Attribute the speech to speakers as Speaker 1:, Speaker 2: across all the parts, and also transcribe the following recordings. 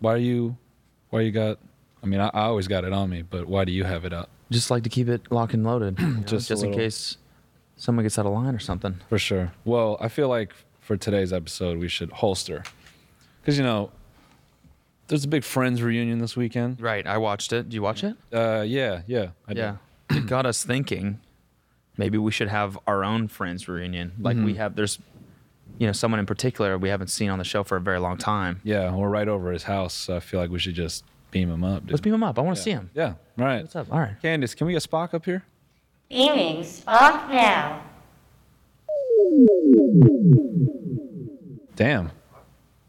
Speaker 1: Why are you? Why you got? I mean, I, I always got it on me, but why do you have it up?
Speaker 2: Just like to keep it locked and loaded, you know,
Speaker 1: Just
Speaker 2: just,
Speaker 1: a
Speaker 2: in
Speaker 1: little-
Speaker 2: case someone gets out of line or something.
Speaker 1: For sure. Well, I feel like for today's episode, we should holster. Because, you know, there's a big Friends reunion this weekend.
Speaker 2: Right. I watched it. Do you watch it?
Speaker 1: Uh, yeah, yeah. I did.
Speaker 2: yeah. it got us thinking. Maybe we should have our own friends reunion. Like we have. There's, you know, someone in particular we haven't seen on the show for a very long time.
Speaker 1: Yeah, we're right over his house. So I feel like we should just beam him up. Dude.
Speaker 2: Let's beam him up. I want to see
Speaker 1: yeah.
Speaker 2: him.
Speaker 1: Yeah, right.
Speaker 2: What's up? All right.
Speaker 1: Candace, can we get Spock up here?
Speaker 3: Beaming Spock now.
Speaker 1: Damn.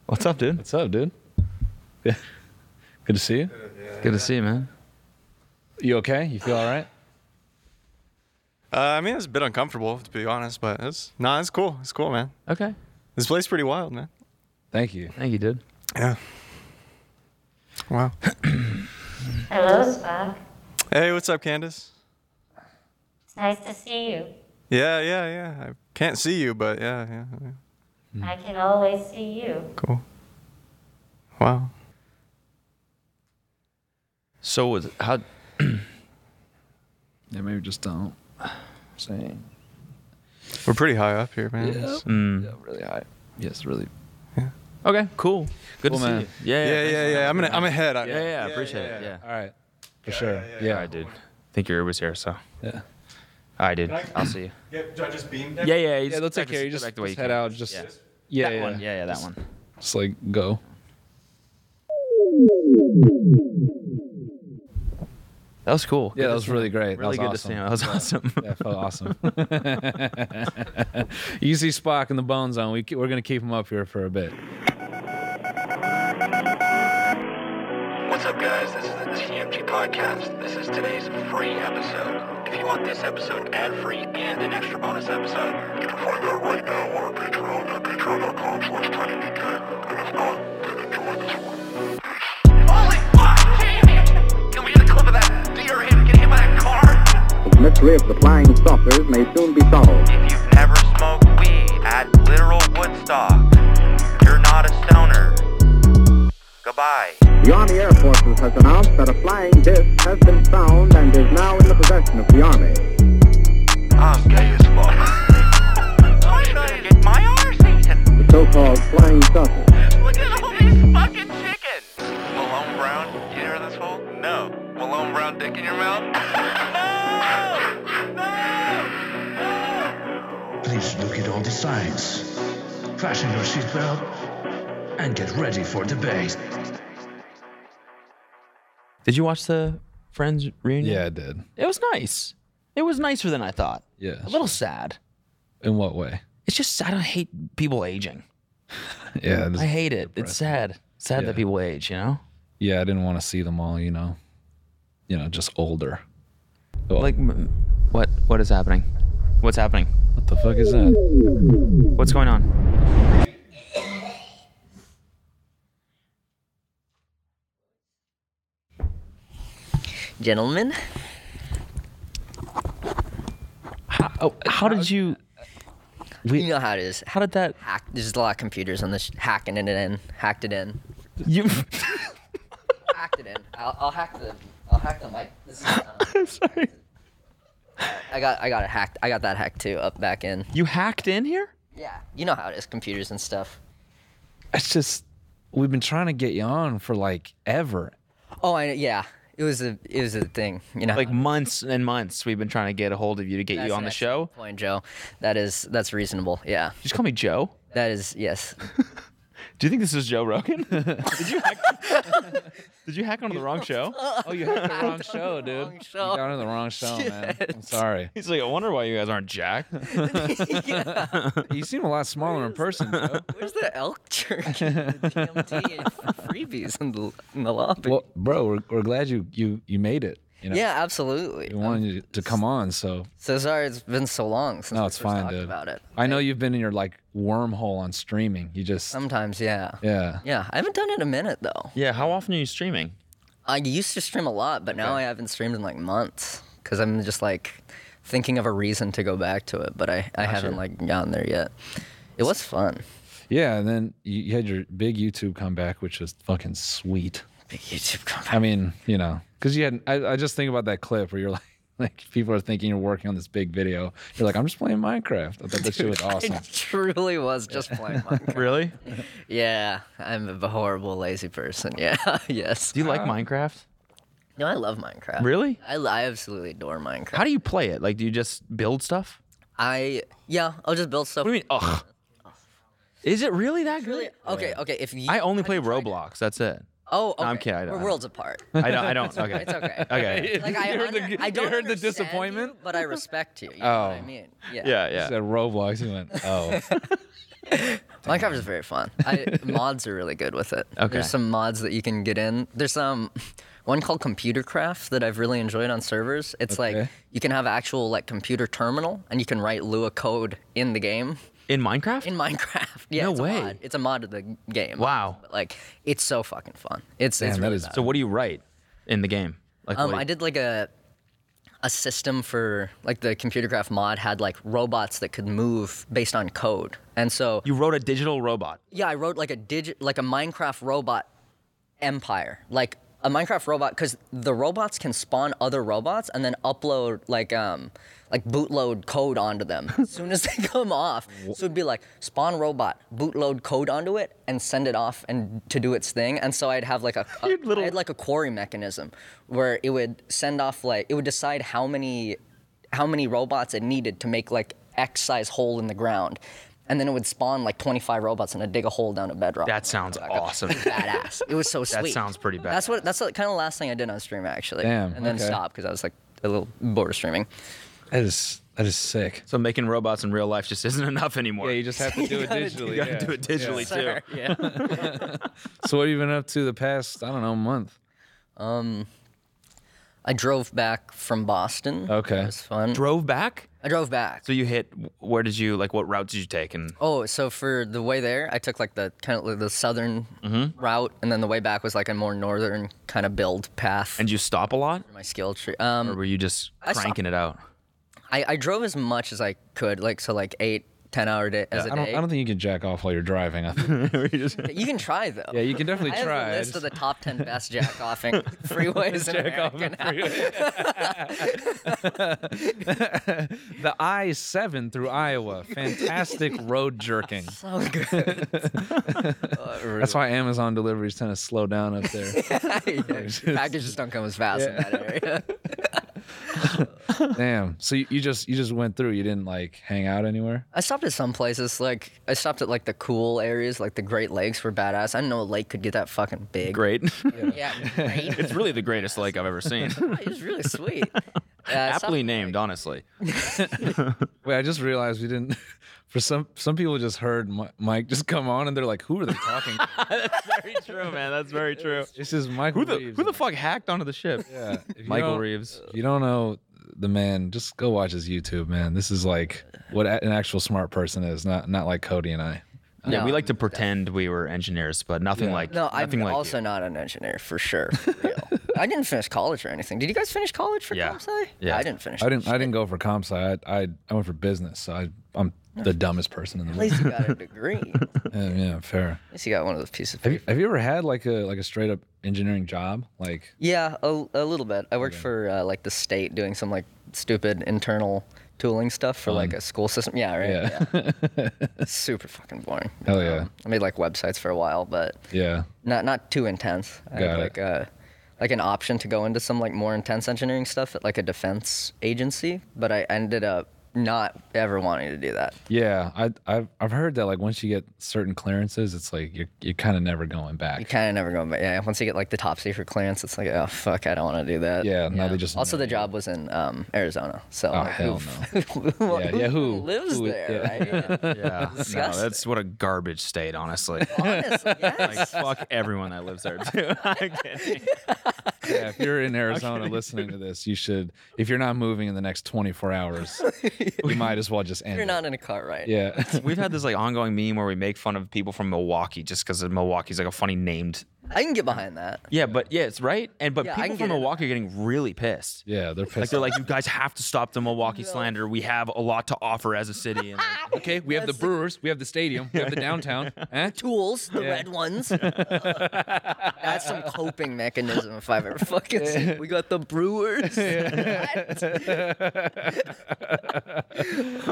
Speaker 2: What's up, dude?
Speaker 1: What's up, dude? Yeah. Good to see you.
Speaker 2: Good to see you, man.
Speaker 1: You okay? You feel all right?
Speaker 4: Uh, I mean, it's a bit uncomfortable to be honest, but it's nah, it's cool. It's cool, man.
Speaker 2: Okay.
Speaker 4: This place pretty wild, man.
Speaker 1: Thank you.
Speaker 2: Thank you, dude.
Speaker 4: Yeah. Wow.
Speaker 3: Hello, Spock.
Speaker 4: hey, what's up, Candace?
Speaker 3: It's nice to see you.
Speaker 4: Yeah, yeah, yeah. I can't see you, but yeah, yeah. yeah.
Speaker 3: I can always see you.
Speaker 4: Cool. Wow.
Speaker 2: So was how?
Speaker 1: Yeah, maybe just don't. Saying.
Speaker 4: We're pretty high up here, man. It's-
Speaker 1: Yeah, really high. Yes, really.
Speaker 2: Okay. Cool. Good
Speaker 1: Cool,
Speaker 2: to
Speaker 1: man.
Speaker 2: see you. Yeah.
Speaker 4: Yeah, yeah, yeah. I'm gonna, I'm ahead. I-
Speaker 2: Yeah, yeah, I appreciate it. Yeah.
Speaker 1: All right. For sure. Yeah.
Speaker 2: All right, dude. I think your ear was here, so. All
Speaker 1: yeah.
Speaker 2: right, dude.
Speaker 4: I-
Speaker 2: I'll see you.
Speaker 4: Yeah, do I just beam?
Speaker 2: Yeah, yeah.
Speaker 1: Yeah, they'll take care. You just, just head out. Just yeah, yeah,
Speaker 2: Yeah. that one. Yeah, yeah, that one.
Speaker 1: Just like go.
Speaker 2: That was cool.
Speaker 1: Yeah, that was really great.
Speaker 2: Really
Speaker 1: that
Speaker 2: good
Speaker 1: was
Speaker 2: to see him.
Speaker 1: awesome.
Speaker 2: That was awesome.
Speaker 1: That felt awesome. you see Spock in the bone zone. We, ke- we're gonna keep him up here for a bit.
Speaker 5: What's up, guys? This is the TMG Podcast. This is today's free episode. If you want this episode ad-free and an extra bonus episode, you can find that right now on our Patreon at patreon.com slash tinydk. And if not, then enjoy this one. Holy fuck! Jamie! Can we get a clip of that deer him getting hit by a car?
Speaker 6: The mystery of the flying saucers may soon be solved.
Speaker 5: If you've never smoked weed at literal Woodstock, you're not a stoner. Goodbye.
Speaker 6: The Army Air Forces has announced that a flying disc has been found and is now in the possession of the Army.
Speaker 5: I'm gay as fuck. I'm trying to get my RC.
Speaker 6: The so-called flying saucer.
Speaker 5: Look at all these fucking chickens. Malone Brown, you hear this hole? No. Malone Brown dick in your mouth? no! No!
Speaker 7: Please look at all the signs. Fasten your seatbelt and get ready for debate.
Speaker 2: Did you watch the Friends reunion?
Speaker 1: Yeah, I did.
Speaker 2: It was nice. It was nicer than I thought.
Speaker 1: Yeah.
Speaker 2: A little sad.
Speaker 1: In what way?
Speaker 2: It's just I don't hate people aging.
Speaker 1: Yeah.
Speaker 2: I hate it. It's sad. Sad
Speaker 1: Yeah.
Speaker 2: that people age. You know,
Speaker 1: yeah, I didn't want to see them all. You know, you know, just older. Well,
Speaker 2: like m- what what is happening? What's happening?
Speaker 1: what the fuck is that?
Speaker 2: What's going on?
Speaker 8: Gentlemen,
Speaker 2: Oh, how did you?
Speaker 8: you know how it is.
Speaker 2: How did that?
Speaker 8: Hack, there's a lot of computers on this, hacking it in, hacked it in,
Speaker 2: You?
Speaker 8: hacked it in. I'll, I'll hack the, I'll hack the mic. This is, uh,
Speaker 2: Sorry.
Speaker 8: I got, I got it hacked. I got that hacked too, up back in.
Speaker 2: You hacked in here?
Speaker 8: Yeah, you know how it is, computers and stuff.
Speaker 1: It's just we've been trying to get you on for like ever.
Speaker 8: Oh, I yeah, it was a, it was a thing. You know,
Speaker 2: Like months and months we've been trying to get a hold of you to get
Speaker 8: That's
Speaker 2: you
Speaker 8: an
Speaker 2: on the show.
Speaker 8: excellent Point, Joe. That is, that's reasonable. Yeah,
Speaker 2: Just call me Joe.
Speaker 8: that is yes.
Speaker 2: Do you think this is Joe Rogan? did you hack? did you hack onto the wrong show?
Speaker 1: Oh, you had the wrong show, dude.
Speaker 8: wrong show.
Speaker 1: You got on the wrong show, man. I'm sorry.
Speaker 2: He's like, I wonder why you guys aren't Jack.
Speaker 1: You seem a lot smaller in person. Joe.
Speaker 8: Where's the elk jerky, and the DMT, and freebies in the, in the lobby?
Speaker 1: Well, bro, we're, we're glad you you you made it. You know,
Speaker 8: yeah, absolutely.
Speaker 1: we wanted you to come on, so
Speaker 8: So sorry, it's been so long since
Speaker 1: no,
Speaker 8: we
Speaker 1: it's
Speaker 8: first
Speaker 1: fine,
Speaker 8: talked
Speaker 1: dude.
Speaker 8: about it.
Speaker 1: I know you've been in your like wormhole on streaming. You just
Speaker 8: Sometimes, yeah. yeah.
Speaker 1: yeah.
Speaker 8: I haven't done it in a minute though.
Speaker 2: yeah. How often are you streaming?
Speaker 8: I used to stream a lot, but now I haven't streamed in like months because I'm just like thinking of a reason to go back to it, but I, I haven't like gotten there yet. It was fun.
Speaker 1: Yeah, and then you, you had your big YouTube comeback, which was fucking sweet.
Speaker 8: Big YouTube
Speaker 1: I
Speaker 8: comeback.
Speaker 1: mean, you know, because you had. I, I just think about that clip where you're like, like people are thinking you're working on this big video. You're like, I'm just playing Minecraft. I thought that shit was awesome.
Speaker 8: It truly was just playing Minecraft.
Speaker 2: Really?
Speaker 8: Yeah, I'm a horrible, lazy person. Yeah, yes.
Speaker 2: Do you like Minecraft?
Speaker 8: No, I love Minecraft.
Speaker 2: Really?
Speaker 8: I, I absolutely adore Minecraft.
Speaker 2: How do you play it? Like, do you just build stuff?
Speaker 8: I yeah, I'll just build stuff.
Speaker 2: What do you mean? Ugh. Is it really that good?
Speaker 8: Really? Okay, okay. If you,
Speaker 2: I only play Roblox. That's it.
Speaker 8: oh, okay.
Speaker 2: I'm kidding, I
Speaker 8: We're
Speaker 2: don't-
Speaker 8: worlds apart.
Speaker 2: I don't. I don't. Okay.
Speaker 8: It's okay.
Speaker 2: Okay.
Speaker 8: Like I,
Speaker 1: You heard the-
Speaker 8: under-
Speaker 1: you
Speaker 8: I don't
Speaker 1: heard the
Speaker 8: understand you,
Speaker 1: disappointment?
Speaker 8: but I respect you. you know what I
Speaker 1: Oh.
Speaker 8: mean, yeah.
Speaker 2: Yeah.
Speaker 1: He
Speaker 2: Yeah.
Speaker 1: said Roblox. He went, oh,
Speaker 8: Minecraft is very fun. I, mods are really good with it.
Speaker 2: Okay.
Speaker 8: There's some mods that you can get in. There's um, one called Computer Craft that I've really enjoyed on servers. It's like
Speaker 1: Okay.
Speaker 8: you can have actual like computer terminal and you can write Lua code in the game
Speaker 2: In Minecraft?
Speaker 8: in Minecraft. Yeah,
Speaker 2: No
Speaker 8: it's a
Speaker 2: way.
Speaker 8: mod. It's a mod of the game.
Speaker 2: Wow.
Speaker 8: But, like it's so fucking fun. It's it's
Speaker 1: Damn, that
Speaker 8: really
Speaker 1: is-
Speaker 8: bad.
Speaker 2: So what do you write in the game? Like,
Speaker 8: Um,
Speaker 2: what-
Speaker 8: I did like a a system for like the computer graph mod had like robots that could move based on code, and so
Speaker 2: You wrote a digital robot.
Speaker 8: yeah, I wrote like a digit like a Minecraft robot empire, like a Minecraft robot because the robots can spawn other robots and then upload like um like bootload code onto them as soon as they come off. So it'd be like spawn robot, bootload code onto it, and send it off and to do its thing. And so I'd have like a, a I had like a quarry mechanism where it would send off like it would decide how many how many robots it needed to make like X size hole in the ground. And then it would spawn like 25 robots and it'd dig a hole down a bedrock.
Speaker 2: That sounds awesome.
Speaker 8: badass. It was so sweet.
Speaker 2: That sounds pretty bad.
Speaker 8: That's what. That's the kind of last thing I did on stream actually.
Speaker 1: Damn,
Speaker 8: And then
Speaker 1: okay.
Speaker 8: stopped because I was like a little bored of streaming.
Speaker 1: that is that is sick.
Speaker 2: so making robots in real life just isn't enough anymore.
Speaker 1: Yeah, you just have to do it digitally.
Speaker 2: You gotta do it digitally too.
Speaker 8: Yeah.
Speaker 1: So what have you been up to the past? I don't know, month.
Speaker 8: I drove back from Boston.
Speaker 1: Okay.
Speaker 8: It was fun.
Speaker 2: Drove back.
Speaker 8: I drove back.
Speaker 2: So you hit. Where did you like? What route did you take? And
Speaker 8: Oh, so for the way there, I took like the kind of like the southern
Speaker 2: Mm-hmm.
Speaker 8: route, and then the way back was like a more northern kind of build path.
Speaker 2: and you stop a lot,
Speaker 8: my skill tree.
Speaker 2: or
Speaker 8: Um,
Speaker 2: were you just
Speaker 8: stopped.
Speaker 2: cranking it out?
Speaker 8: I, I drove as much as I could, like so like eight, ten hour day as a
Speaker 1: I don't.
Speaker 8: day.
Speaker 1: I don't think you can jack off while you're driving. I think-
Speaker 8: you can try though.
Speaker 1: yeah, you can definitely
Speaker 8: I have
Speaker 1: try.
Speaker 8: a
Speaker 1: I
Speaker 8: list of
Speaker 1: just-
Speaker 8: the top ten best jack offing freeways in America. now.
Speaker 1: the I seven through Iowa. Fantastic road jerking.
Speaker 8: So good.
Speaker 1: That's why Amazon deliveries tend to slow down up there.
Speaker 8: Yeah, Packages don't come as fast in that area.
Speaker 1: Damn. So you, you just you just went through. You didn't like hang out anywhere.
Speaker 8: I stopped at some places, like I stopped at like the cool areas, like the Great Lakes were badass. I didn't know a lake could get that fucking big.
Speaker 2: Great.
Speaker 8: Yeah, great.
Speaker 2: it's really the greatest lake I've ever seen.
Speaker 8: it was really sweet. Uh,
Speaker 2: Aptly
Speaker 8: some-
Speaker 2: named, honestly.
Speaker 1: Wait, I just realized we didn't. For some some people just heard Mi- Mike just come on and they're like, who are they talking? to?
Speaker 2: Very true, man. That's very true.
Speaker 1: This is Michael
Speaker 2: Who the
Speaker 1: Reeves.
Speaker 2: who the fuck hacked onto the ship?
Speaker 1: Yeah, if you
Speaker 2: Michael
Speaker 1: don't-
Speaker 2: Reeves.
Speaker 1: If you don't know the man, just go watch his YouTube, man. This is like what a- an actual smart person is, not not like Cody and I.
Speaker 2: Yeah,
Speaker 8: No,
Speaker 2: we like to pretend we were engineers, but nothing
Speaker 1: Yeah.
Speaker 2: like
Speaker 8: No, I'm
Speaker 2: nothing like you.
Speaker 8: also not an engineer for sure. for real. I didn't finish college or anything. Did you guys finish college for
Speaker 2: Yeah.
Speaker 8: comp sci?
Speaker 2: Yeah.
Speaker 8: I didn't finish.
Speaker 1: I didn't I didn't go for comp sci. I I, I went for business. So I I'm the dumbest person in the
Speaker 8: At
Speaker 1: world.
Speaker 8: least you got a degree. At
Speaker 1: Yeah, yeah, fair.
Speaker 8: least you got one of those pieces of
Speaker 1: Have you,
Speaker 8: paper.
Speaker 1: have you ever had like a like a straight up engineering job? Like
Speaker 8: Yeah, a, a little bit. I worked for uh, like the state doing some like stupid internal tooling stuff for like a school system. Yeah, right.
Speaker 1: yeah,
Speaker 8: yeah. Super fucking boring.
Speaker 1: Hell yeah.
Speaker 8: I made like websites for a while, but
Speaker 1: yeah.
Speaker 8: not not too intense. I
Speaker 1: Got
Speaker 8: had
Speaker 1: it.
Speaker 8: like uh like an option to go into some like more intense engineering stuff at like a defense agency, but I ended up not ever wanting to do that.
Speaker 1: Yeah, I, I've I've heard that like once you get certain clearances, it's like you're you're kind of never going back.
Speaker 8: You kind of never go back. Yeah, once you get like the top secret clearance, it's like, oh fuck, I don't want to do that.
Speaker 1: Yeah, now they just
Speaker 8: Also,
Speaker 1: know
Speaker 8: the
Speaker 1: you.
Speaker 8: job was in um, Arizona, so
Speaker 1: Oh,
Speaker 8: like,
Speaker 1: hell
Speaker 8: who- who-
Speaker 1: Yeah, yeah, who-
Speaker 8: lives
Speaker 1: who would-
Speaker 8: there?
Speaker 1: yeah.
Speaker 8: Right? Yeah.
Speaker 2: Yeah, no,
Speaker 8: Disgusting.
Speaker 2: that's what a garbage state, honestly.
Speaker 8: Honestly,
Speaker 2: like
Speaker 8: yes.
Speaker 2: fuck everyone that lives there too. I'm kidding.
Speaker 1: Yeah, if you're in Arizona listening to this, you should. If you're not moving in the next 24 hours, you might as well just end.
Speaker 8: You're
Speaker 1: it.
Speaker 8: not in a car, right?
Speaker 1: Yeah.
Speaker 2: We've had this like ongoing meme where we make fun of people from Milwaukee just because Milwaukee's like a funny named
Speaker 8: I can get behind that.
Speaker 2: Yeah, but yeah, it's right. And but
Speaker 8: Yeah, I
Speaker 2: people from
Speaker 8: can get into
Speaker 2: Milwaukee are getting really pissed.
Speaker 1: Yeah, they're pissed.
Speaker 2: Like they're like, you guys have to stop the Milwaukee slander. We have a lot to offer as a city. And like,
Speaker 1: okay, we have the
Speaker 8: That's the-
Speaker 1: Brewers, we have the stadium, we have the downtown. Eh?
Speaker 8: Tools, the red ones. That's some coping mechanism if I've ever fucking seen. We got the Brewers. What?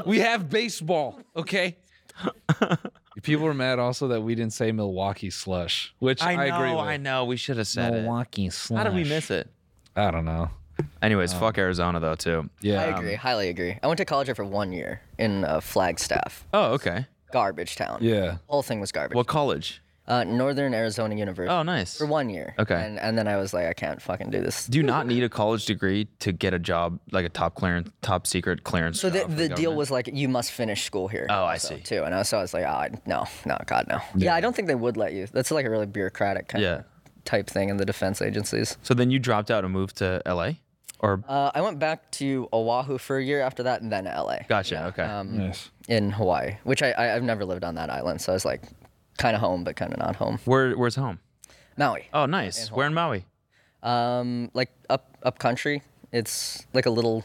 Speaker 1: We have baseball. Okay. People were mad also that we didn't say Milwaukee slush, which I,
Speaker 2: I know, I,
Speaker 1: agree with.
Speaker 2: know. We should have said
Speaker 1: Milwaukee
Speaker 2: it.
Speaker 1: slush.
Speaker 2: How did we miss it?
Speaker 1: I don't know.
Speaker 2: Anyways, fuck Arizona though too.
Speaker 1: Oh. Yeah. um,
Speaker 8: I agree, highly agree. I went to college there for one year in uh, Flagstaff,
Speaker 2: Oh, okay.
Speaker 8: garbage town.
Speaker 1: Yeah.
Speaker 8: whole thing was garbage.
Speaker 2: What college?
Speaker 8: Uh, Northern Arizona University.
Speaker 2: Oh, nice.
Speaker 8: For one year.
Speaker 2: Okay.
Speaker 8: And, and then I was like, I can't fucking do this.
Speaker 2: Do you not need a college degree to get a job like a top clearance, top secret clearance?
Speaker 8: So the,
Speaker 2: job for
Speaker 8: the deal
Speaker 2: government?
Speaker 8: was like, you must finish school here.
Speaker 2: Oh, I
Speaker 8: also,
Speaker 2: see.
Speaker 8: Too. And I- so I was like, oh, no, no, God, no. Yeah. I don't think they would let you. That's like a really bureaucratic kind
Speaker 2: Yeah.
Speaker 8: of type thing in the defense agencies.
Speaker 2: So then you dropped out and moved to LA, or
Speaker 8: Uh, I went back to Oahu for a year after that and then LA.
Speaker 2: gotcha. okay.
Speaker 1: Mm.
Speaker 8: Um, In Hawaii, which I, I, I've never lived on that island. So I was like, kind of home, but kind of not home.
Speaker 2: Where where's home?
Speaker 8: Maui.
Speaker 2: Oh, nice. Where in Maui?
Speaker 8: Um, like up up country. It's like a little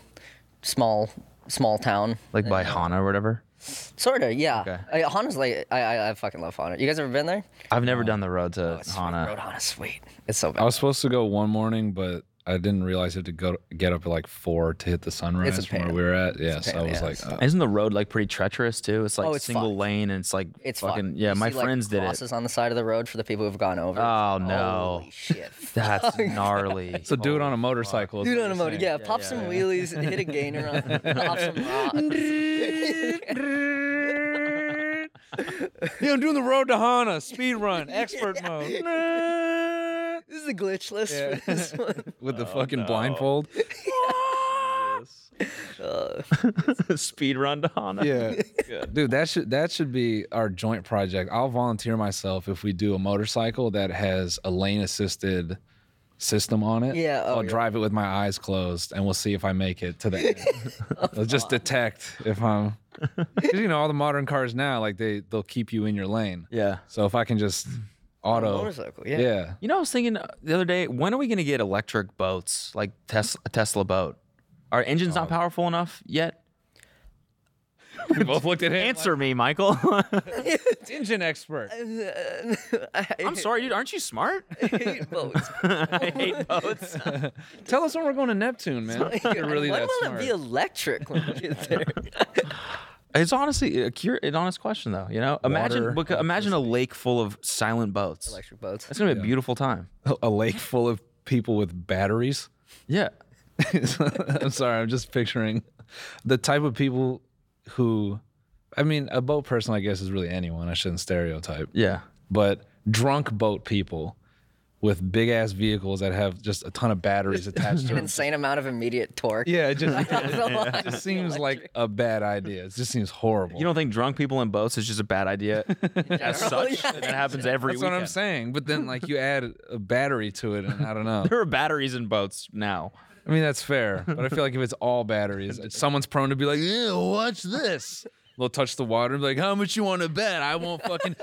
Speaker 8: small small town.
Speaker 2: Like by Hana or whatever.
Speaker 8: Sorta, yeah.
Speaker 2: Okay.
Speaker 8: I, Hana's like I, I I fucking love Hana. You guys ever been there?
Speaker 2: I've never done the road to
Speaker 8: Oh, Road
Speaker 2: Hana.
Speaker 8: Hana's sweet. It's so
Speaker 1: I
Speaker 8: bad.
Speaker 1: was supposed to go one morning, but I didn't realize I had to go get up at like four to hit the sunrise
Speaker 8: It's a
Speaker 1: from where
Speaker 8: pain.
Speaker 1: we were at. Yeah. So I
Speaker 8: pain in
Speaker 1: was
Speaker 8: the
Speaker 1: like,
Speaker 8: ass.
Speaker 1: uh,
Speaker 2: Isn't the road like pretty treacherous too? It's like
Speaker 8: Oh, it's
Speaker 2: single
Speaker 8: fucked.
Speaker 2: lane and it's like
Speaker 8: It's
Speaker 2: fucking
Speaker 8: fun.
Speaker 2: yeah.
Speaker 8: You
Speaker 2: my
Speaker 8: see, like,
Speaker 2: friends did
Speaker 8: crosses
Speaker 2: it.
Speaker 8: on the side of the road for the people who've gone over.
Speaker 2: Oh, no.
Speaker 8: Holy shit.
Speaker 2: That's gnarly.
Speaker 1: so do it
Speaker 8: Oh,
Speaker 1: on a motorcycle. is
Speaker 8: Dude
Speaker 1: what
Speaker 8: on a
Speaker 1: you're
Speaker 8: motor,
Speaker 1: saying.
Speaker 8: yeah, Pop some wheelies, hit a gainer on, pop some rocks.
Speaker 1: Yeah, I'm doing the road to Hana, speed run, expert mode.
Speaker 8: this is a glitch list
Speaker 1: Yeah.
Speaker 8: for this one. Oh,
Speaker 1: With the fucking blindfold.
Speaker 2: speed run to Hana.
Speaker 1: Yeah. Dude, that should that should be our joint project. I'll volunteer myself if we do a motorcycle that has a lane assisted system on it.
Speaker 8: Yeah, oh,
Speaker 1: I'll
Speaker 8: yeah.
Speaker 1: drive it with my eyes closed and we'll see if I make it to the end. I'll just detect if I'm cuz you know all the modern cars now like they they'll keep you in your lane.
Speaker 2: Yeah.
Speaker 1: So if I can just auto
Speaker 8: Motorcycle, yeah.
Speaker 1: Yeah.
Speaker 2: You know, I was thinking uh, the other day, when are we going to get electric boats, like Tesla, a Tesla boat? Are engines
Speaker 8: Oh.
Speaker 2: not powerful enough yet?
Speaker 1: We both looked at him.
Speaker 2: Answer me, Michael.
Speaker 1: engine expert.
Speaker 8: Uh,
Speaker 2: I'm sorry, dude. Aren't you smart?
Speaker 8: Boats.
Speaker 2: I hate boats.
Speaker 1: Tell us when we're going to Neptune, man. You're really
Speaker 8: Why
Speaker 1: that
Speaker 8: will
Speaker 1: smart.
Speaker 8: it be electric when we get there?
Speaker 2: It's honestly a cur- an honest question, though. You know, imagine beca- imagine a lake full of silent boats.
Speaker 8: electric boats.
Speaker 2: That's gonna be a beautiful time.
Speaker 1: a lake full of people with batteries.
Speaker 2: Yeah.
Speaker 1: I'm sorry, I'm just picturing the type of people who, I mean, a boat person, I guess, is really anyone. I shouldn't stereotype.
Speaker 2: Yeah.
Speaker 1: But drunk boat people with big ass vehicles that have just a ton of batteries attached to
Speaker 8: an
Speaker 1: them.
Speaker 8: insane amount of immediate torque.
Speaker 1: Yeah, it just,
Speaker 8: Yeah.
Speaker 1: it just seems like a bad idea. It just seems horrible.
Speaker 2: You don't think drunk people in boats is just a bad idea as such?
Speaker 8: yeah.
Speaker 2: That happens every
Speaker 1: That's
Speaker 2: weekend.
Speaker 1: what I'm saying. But then, like, you add a battery to it, and I don't know.
Speaker 2: There are batteries in boats now.
Speaker 1: I mean, that's fair, but I feel like if it's all batteries, it's- someone's prone to be like, "Yeah, watch this." They'll touch the water and be like, "How much you want to bet? I won't fucking."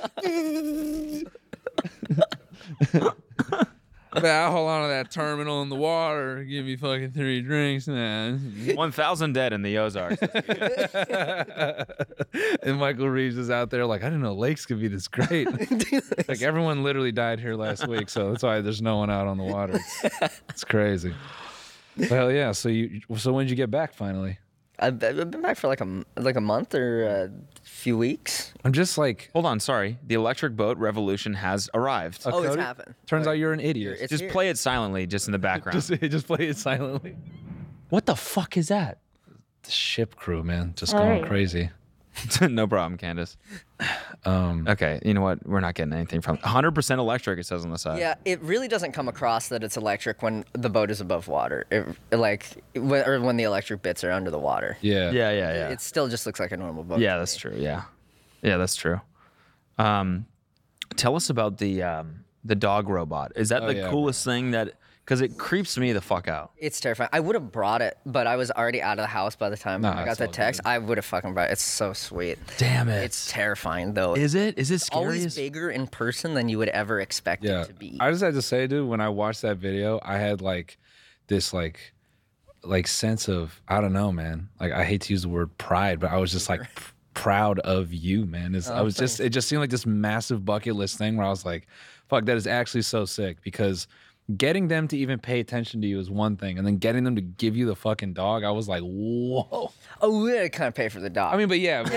Speaker 1: but I'll hold on to that terminal in the water. Give me fucking three drinks, man.
Speaker 2: 1,000 dead in the Ozarks.
Speaker 1: And Michael Reeves is out there like, I didn't know lakes could be this great. like everyone literally died here last week, so that's why there's no one out on the water. It's, it's crazy. Well, yeah. So you, so when did you get back finally?
Speaker 8: I've, I've been back for like a m- like a month or a few weeks.
Speaker 1: I'm just like
Speaker 2: Hold on, sorry. The electric boat revolution has arrived.
Speaker 8: Oh, it's
Speaker 1: Cody?
Speaker 8: happened.
Speaker 1: Turns out you're an idiot.
Speaker 8: It's
Speaker 2: just
Speaker 8: here.
Speaker 2: play it silently, just in the background.
Speaker 1: just, just play it silently.
Speaker 2: what the fuck is that?
Speaker 1: The ship crew, man, just
Speaker 3: All
Speaker 1: going
Speaker 3: right.
Speaker 1: crazy.
Speaker 2: no problem, Candace. Um, okay, you know what? We're not getting anything from 100% electric. It says on the
Speaker 1: Uh.
Speaker 2: side.
Speaker 8: Yeah, it really doesn't come across that it's electric when the boat is above water, it, like when, or when the electric bits are under the water.
Speaker 1: Yeah.
Speaker 2: yeah, yeah, yeah.
Speaker 8: It still just looks like a normal boat.
Speaker 2: yeah, that's true. Yeah, yeah, that's true. Um, tell us about the um, the dog robot. Is that the
Speaker 1: Oh, yeah,
Speaker 2: coolest thing that? because it creeps me the fuck out.
Speaker 8: It's terrifying. I would have brought it, but I was already out of the house by the time
Speaker 1: Nah,
Speaker 8: I
Speaker 1: it's
Speaker 8: got the
Speaker 1: all
Speaker 8: text. I would have fucking brought it. It's so sweet.
Speaker 2: Damn it.
Speaker 8: It's terrifying though.
Speaker 2: Is it? Is it scary?
Speaker 8: always
Speaker 2: as-
Speaker 8: bigger in person than you would ever expect
Speaker 1: Yeah.
Speaker 8: it to be.
Speaker 1: I just had to say, dude, when I watched that video, I had like this like like sense of I don't know, man. Like I hate to use the word pride, but I was just like p- proud of you, man. It's, I
Speaker 8: Oh,
Speaker 1: was just it just seemed like this massive bucket list thing where I was like, fuck, that is actually so sick because getting them to even pay attention to you is one thing and then getting them to give you the fucking dog, I was like, whoa.
Speaker 8: oh, we gotta kind of pay for the dog.
Speaker 1: I mean, but yeah. but-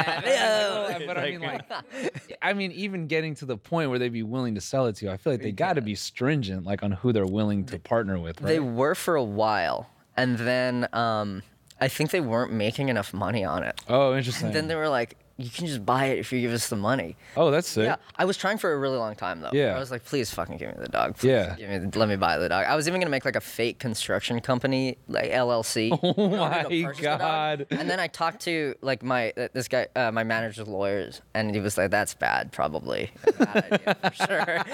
Speaker 8: Yeah.
Speaker 1: But, I mean, like, I mean, even getting to the point where they'd be willing to sell it to you, I feel like they got to be stringent, like on who they're willing to partner with, right?
Speaker 8: They were for a while, and then um, I think they weren't making enough money on it.
Speaker 1: oh, interesting.
Speaker 8: Then they were like, "You can just buy it if you give us the money."
Speaker 1: oh, that's sick.
Speaker 8: Yeah, I was trying for a really long time though.
Speaker 1: Yeah.
Speaker 8: I was like, "Please fucking give me the dog. Please
Speaker 1: Yeah.
Speaker 8: give me the, let me buy the dog." I was even gonna make like a fake construction company, like LLC.
Speaker 1: Oh
Speaker 8: to
Speaker 1: my
Speaker 8: purchase the dog.
Speaker 1: god.
Speaker 8: And then I talked to like my uh, this guy, uh, my manager's lawyers, and he was like, "That's bad, probably, bad idea for sure."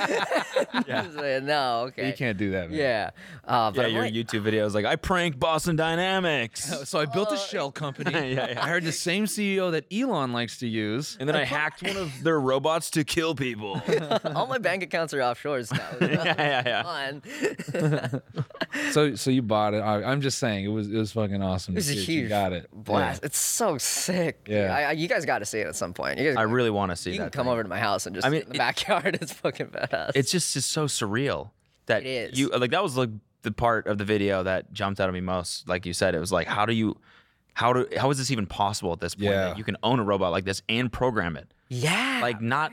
Speaker 8: I was like, no, okay,
Speaker 1: You can't do that, man.
Speaker 8: Yeah, uh, but
Speaker 2: Yeah,
Speaker 8: I'm
Speaker 2: your
Speaker 8: like,
Speaker 2: YouTube video is like, I pranked Boston Dynamics.
Speaker 1: So I built a shell company.
Speaker 2: Yeah, yeah.
Speaker 1: I hired the same CEO that Elon likes to use.
Speaker 2: And then I hacked one of their robots to kill people. yeah,
Speaker 8: all my bank accounts are offshores now.
Speaker 2: yeah, yeah.
Speaker 8: On.
Speaker 1: So, so you bought it. I, I'm just saying, it was it was fucking awesome.
Speaker 8: It was a
Speaker 1: You
Speaker 8: huge
Speaker 1: got it.
Speaker 8: blast. It's so sick. dude.
Speaker 1: Yeah.
Speaker 8: I, I, you guys got to see it at some point. You guys,
Speaker 2: I really want to see
Speaker 8: you
Speaker 2: that.
Speaker 8: can come
Speaker 2: thing.
Speaker 8: over to my house and just
Speaker 2: I
Speaker 8: I
Speaker 2: mean,
Speaker 8: mean, in the
Speaker 2: it-
Speaker 8: backyard. It's fucking badass.
Speaker 2: It's just it's so surreal that
Speaker 8: It is.
Speaker 2: you like that was like the part of the video that jumped out at me most. Like you said, it was like, how do you, how do, how is this even possible at this point?
Speaker 1: Yeah.
Speaker 2: That you can own a robot like this and program it.
Speaker 8: yeah,
Speaker 2: Like not.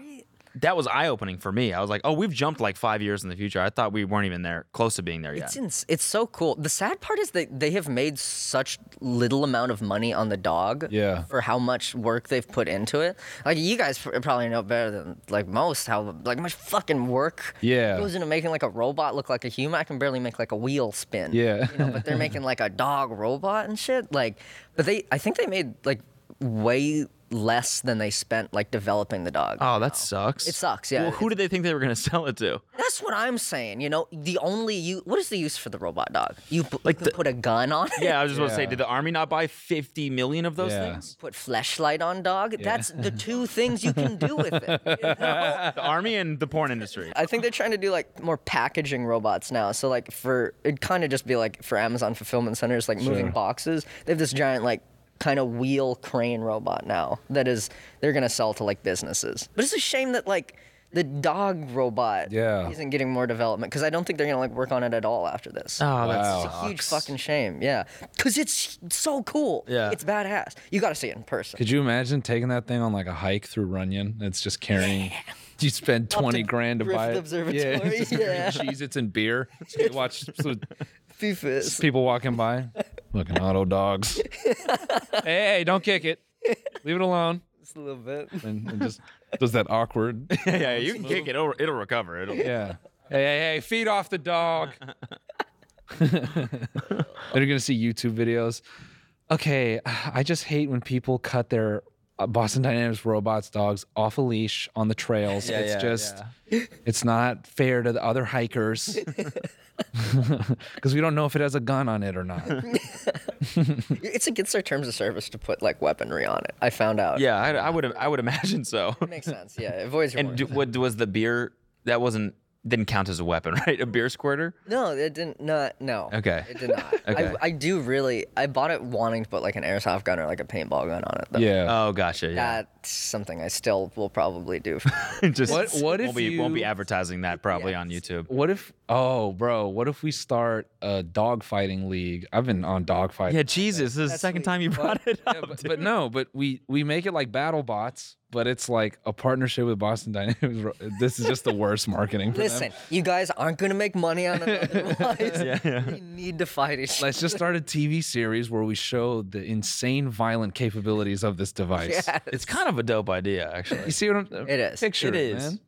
Speaker 2: That was eye opening for me. I was like, "Oh, we've jumped like five years in the future." I thought we weren't even there, close to being there yet.
Speaker 8: It's ins- it's so cool. The sad part is that they have made such little amount of money on the dog.
Speaker 1: Yeah.
Speaker 8: For how much work they've put into it. Like you guys pr- probably know better than like most how like much fucking work
Speaker 1: Yeah.
Speaker 8: goes into making like a robot look like a human. I can barely make like a wheel spin.
Speaker 1: Yeah.
Speaker 8: You know, but they're making like a dog robot and shit. Like, but they I think they made like way less than they spent like developing the dog.
Speaker 2: Oh, that sucks.
Speaker 8: It sucks, yeah.
Speaker 2: Well, who did they think they were going to sell it to?
Speaker 8: That's what I'm saying. You know, the only you what is the use for the robot dog? You p- like put a gun on it.
Speaker 2: Yeah, I was just about to say,
Speaker 1: Yeah.
Speaker 2: did the army not buy 50 million of those
Speaker 1: Yeah.
Speaker 2: things?
Speaker 8: Put flashlight on dog. That's the two things you can do with it. you know?
Speaker 2: The army and the porn industry.
Speaker 8: I think they're trying to do like more packaging robots now. So like for it'd kind of just be like for Amazon fulfillment centers, like moving boxes. They have this giant like kind of wheel crane robot now that is they're gonna sell to like businesses. But it's a shame that like the dog robot
Speaker 1: Yeah.
Speaker 8: isn't getting more development because I don't think they're gonna like work on it at all after this.
Speaker 2: Oh, that's
Speaker 1: Wow.
Speaker 8: It's a huge fucking shame. Yeah. Because it's so cool.
Speaker 2: Yeah.
Speaker 8: It's badass. You got to see it in person.
Speaker 1: Could you imagine taking that thing on like a hike through Runyon? It's just carrying. You spend twenty grand to
Speaker 8: Griffith
Speaker 1: buy it.
Speaker 8: Observatory, yeah.
Speaker 1: cheese, it's in beer. So you watch some
Speaker 8: Fifas.
Speaker 1: people walking by, looking auto dogs. hey, don't kick it. Leave it alone.
Speaker 8: Just a little bit.
Speaker 1: And, and just does that awkward.
Speaker 2: yeah, yeah, you can kick it. It'll, it'll recover. It'll,
Speaker 1: Yeah. Hey, hey, hey, feed off the dog. They're gonna see YouTube videos. Okay, I just hate when people cut their uh, Boston Dynamics robots dogs off a leash on the trails. it's
Speaker 2: yeah,
Speaker 1: just, it's not fair to the other hikers because we don't know if it has a gun on it or not.
Speaker 8: It's against their terms of service to put like weaponry on it. I found out.
Speaker 2: yeah I, I would I would imagine so.
Speaker 8: Makes sense. Yeah. It avoids your
Speaker 2: And do, what was the beer? That wasn't didn't count as a weapon, right? A beer squirter.
Speaker 8: No, it didn't. Not, no.
Speaker 2: Okay.
Speaker 8: It did not.
Speaker 2: Okay.
Speaker 8: I, I do really. I bought it wanting to put like an airsoft gun or like a paintball gun on it. Though.
Speaker 1: Yeah.
Speaker 2: Oh, gotcha. Yeah.
Speaker 8: That's something I still will probably do.
Speaker 2: just
Speaker 1: What- what if
Speaker 2: won't be, won't be
Speaker 1: you-
Speaker 2: advertising that probably on YouTube.
Speaker 1: what if? Oh, bro. What if we start a dog fighting league? I've been on dog fighting.
Speaker 2: Yeah, Jesus, this is the second time you brought it up.
Speaker 1: but, but no, but we we make it like battle bots, but it's like a partnership with Boston Dynamics. This is just the worst marketing. For them.
Speaker 8: Listen, you guys aren't gonna make money on it. Otherwise,
Speaker 2: Yeah, yeah.
Speaker 8: we need to fight each other.
Speaker 1: let's just start a TV series where we show the insane violent capabilities of this device.
Speaker 2: It's kind of a dope idea, actually.
Speaker 1: You see what I'm? uh,
Speaker 8: It is.
Speaker 1: Picture
Speaker 2: It
Speaker 1: it,
Speaker 2: is.
Speaker 1: man.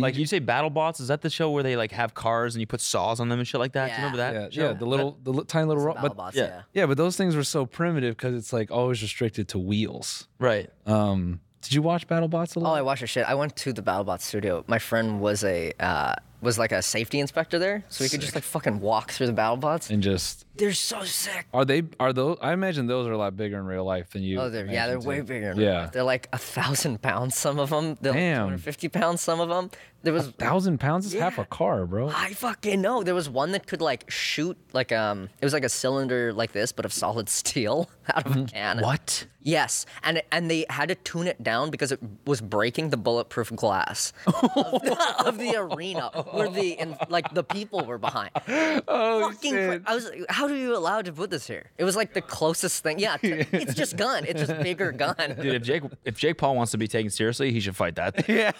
Speaker 2: Like you say, Battle Bots. Is that the show where they like have cars and you put saws on them and shit like that? Do you remember
Speaker 8: Yeah.
Speaker 2: that?
Speaker 1: yeah,
Speaker 2: show?
Speaker 1: yeah, the little, the li- tiny little, ro-
Speaker 8: Battle
Speaker 1: but
Speaker 8: bots,
Speaker 2: yeah.
Speaker 8: yeah.
Speaker 1: yeah, but those things were so primitive because it's like always restricted to wheels.
Speaker 2: right.
Speaker 1: Uh, Um, did you watch Battle Bots a
Speaker 8: Oh,
Speaker 1: lot?
Speaker 8: I watched the shit. I went to the BattleBots studio. My friend was a uh, was like a safety inspector there, so we could just like fucking walk through the battle bots.
Speaker 1: and just
Speaker 8: They're so sick.
Speaker 1: are they are those? I imagine those are a lot bigger in real life than you.
Speaker 8: Oh, they're yeah, they're
Speaker 1: imagine,
Speaker 8: way
Speaker 1: too.
Speaker 8: bigger. than
Speaker 1: Yeah.
Speaker 8: ours. they're like a thousand pounds. Some of them, they're
Speaker 1: Damn.
Speaker 8: like 250 pounds. Some of them. There was
Speaker 1: Thousand pounds is half
Speaker 8: Yeah.
Speaker 1: a car, bro.
Speaker 8: I fucking know. There was one that could like shoot like um it was like a cylinder like this but of solid steel out
Speaker 1: Mm-hmm.
Speaker 8: of a cannon.
Speaker 2: What?
Speaker 8: Yes. And it- and they had to tune it down because it was breaking the bulletproof glass of, the, of the arena where the and like the people were behind.
Speaker 1: Oh
Speaker 8: Fucking cra- I was like, how are you allowed to put this here? It was like the closest thing. Yeah, it's- it's just gun. It's just bigger gun.
Speaker 2: Dude, if Jake if Jake Paul wants to be taken seriously, he should fight that. Yeah.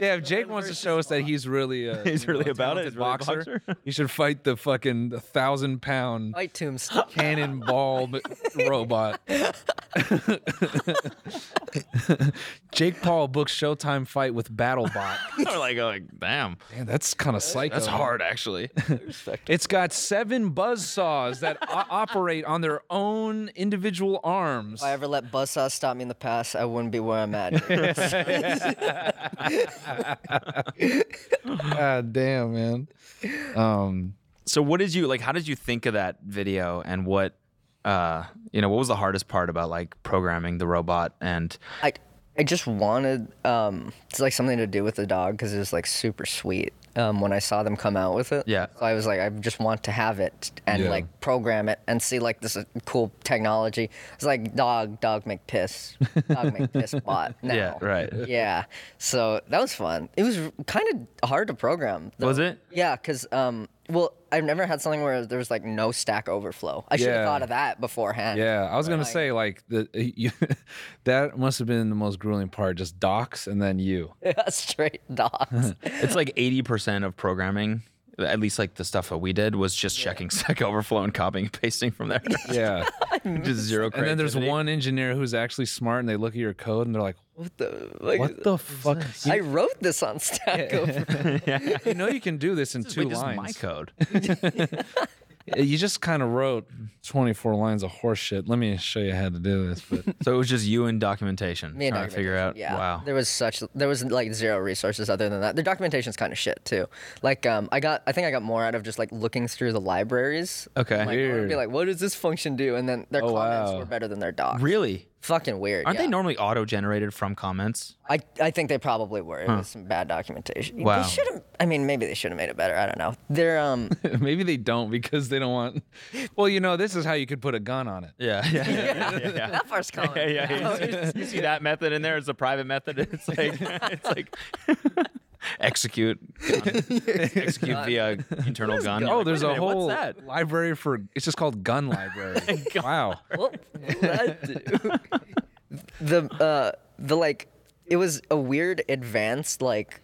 Speaker 1: Yeah, if Jake wants to show us that he's really a,
Speaker 2: He's
Speaker 1: you know,
Speaker 2: really
Speaker 1: a
Speaker 2: about
Speaker 1: talented
Speaker 2: it, he's really a
Speaker 1: boxer,
Speaker 2: boxer.
Speaker 1: he should fight the fucking thousand pound
Speaker 8: White tombstone.
Speaker 1: cannonball b- robot. Jake Paul books Showtime fight with BattleBot.
Speaker 2: We're like, oh, like, damn,
Speaker 1: Man, that's kind of psycho.
Speaker 2: that's hard actually.
Speaker 1: It's got seven buzz saws that o- operate on their own individual arms.
Speaker 8: If I ever let Buzzsaw stop me in the past, I wouldn't be where I'm at.
Speaker 1: God damn, man. Um,
Speaker 2: so, what did you like? How did you think of that video, and what, uh, you know, what was the hardest part about like programming the robot? And
Speaker 8: I I just wanted um it's like something to do with the dog because it was like super sweet um when I saw them come out with it.
Speaker 2: Yeah.
Speaker 8: So I was like I just want to have it and
Speaker 1: Yeah.
Speaker 8: like program it and see like this is cool technology. It's like dog dog make piss dog make piss bot now.
Speaker 2: yeah, right.
Speaker 8: Yeah. So that was fun. It was kind of hard to program. though.
Speaker 2: Was it?
Speaker 8: Yeah, because um well I've never had something where there was like no stack overflow. I should
Speaker 1: Yeah.
Speaker 8: have thought of that beforehand.
Speaker 1: yeah, I was gonna say like the eh, you, that must have been the most grueling part. Just docs and then you.
Speaker 8: Straight dogs.
Speaker 2: It's like eighty percent of programming. At least like the stuff that we did was just checking Stack Overflow and copying and pasting from there.
Speaker 1: Yeah,
Speaker 2: just zero.
Speaker 1: and then there's
Speaker 2: creativity.
Speaker 1: one engineer who's actually smart, and they look at your code and they're like,
Speaker 8: what the like,
Speaker 1: "What the fuck? You,
Speaker 8: I wrote this on Stack Overflow.
Speaker 1: you know you can do this in two
Speaker 2: Wait, this is my
Speaker 1: lines. Eh,
Speaker 2: code.
Speaker 1: You just kind of wrote 24 lines of horseshit. Let me show you how to do this." But
Speaker 2: So it was just you and documentation
Speaker 8: Me and
Speaker 2: trying to figure out.
Speaker 8: documentation, Yeah.
Speaker 2: Wow.
Speaker 8: There was such there was like zero resources other than that. Their documentation's kind of shit too. Like um, I got I think I got more out of just like looking through the libraries.
Speaker 2: Okay.
Speaker 8: Like, I wanna
Speaker 1: Weird.
Speaker 8: be like, what does this function do? And then their
Speaker 1: Oh,
Speaker 8: comments
Speaker 1: wow.
Speaker 8: were better than their docs.
Speaker 2: Really?
Speaker 8: Fucking weird.
Speaker 2: Aren't
Speaker 8: yeah.
Speaker 2: they normally auto-generated from comments?
Speaker 8: I, I think they probably were. It was some bad documentation.
Speaker 2: Wow.
Speaker 8: They should have. I mean, maybe they should have made it better. I don't know. They're um.
Speaker 1: maybe they don't because they don't want. Well, you know, this is how you could put a gun on it.
Speaker 2: Yeah, yeah, yeah, yeah.
Speaker 8: that part's common.
Speaker 2: yeah, yeah. You, see, you see that method in there? It's a private method. It's like it's like execute, execute via internal gun. You're
Speaker 1: Oh,
Speaker 2: like,
Speaker 1: there's
Speaker 2: "Wait
Speaker 1: a
Speaker 2: minute, what's
Speaker 1: whole
Speaker 2: that?"
Speaker 1: library for it's just called gun library. wow.
Speaker 8: Well, that- the uh, the like it was a weird advanced like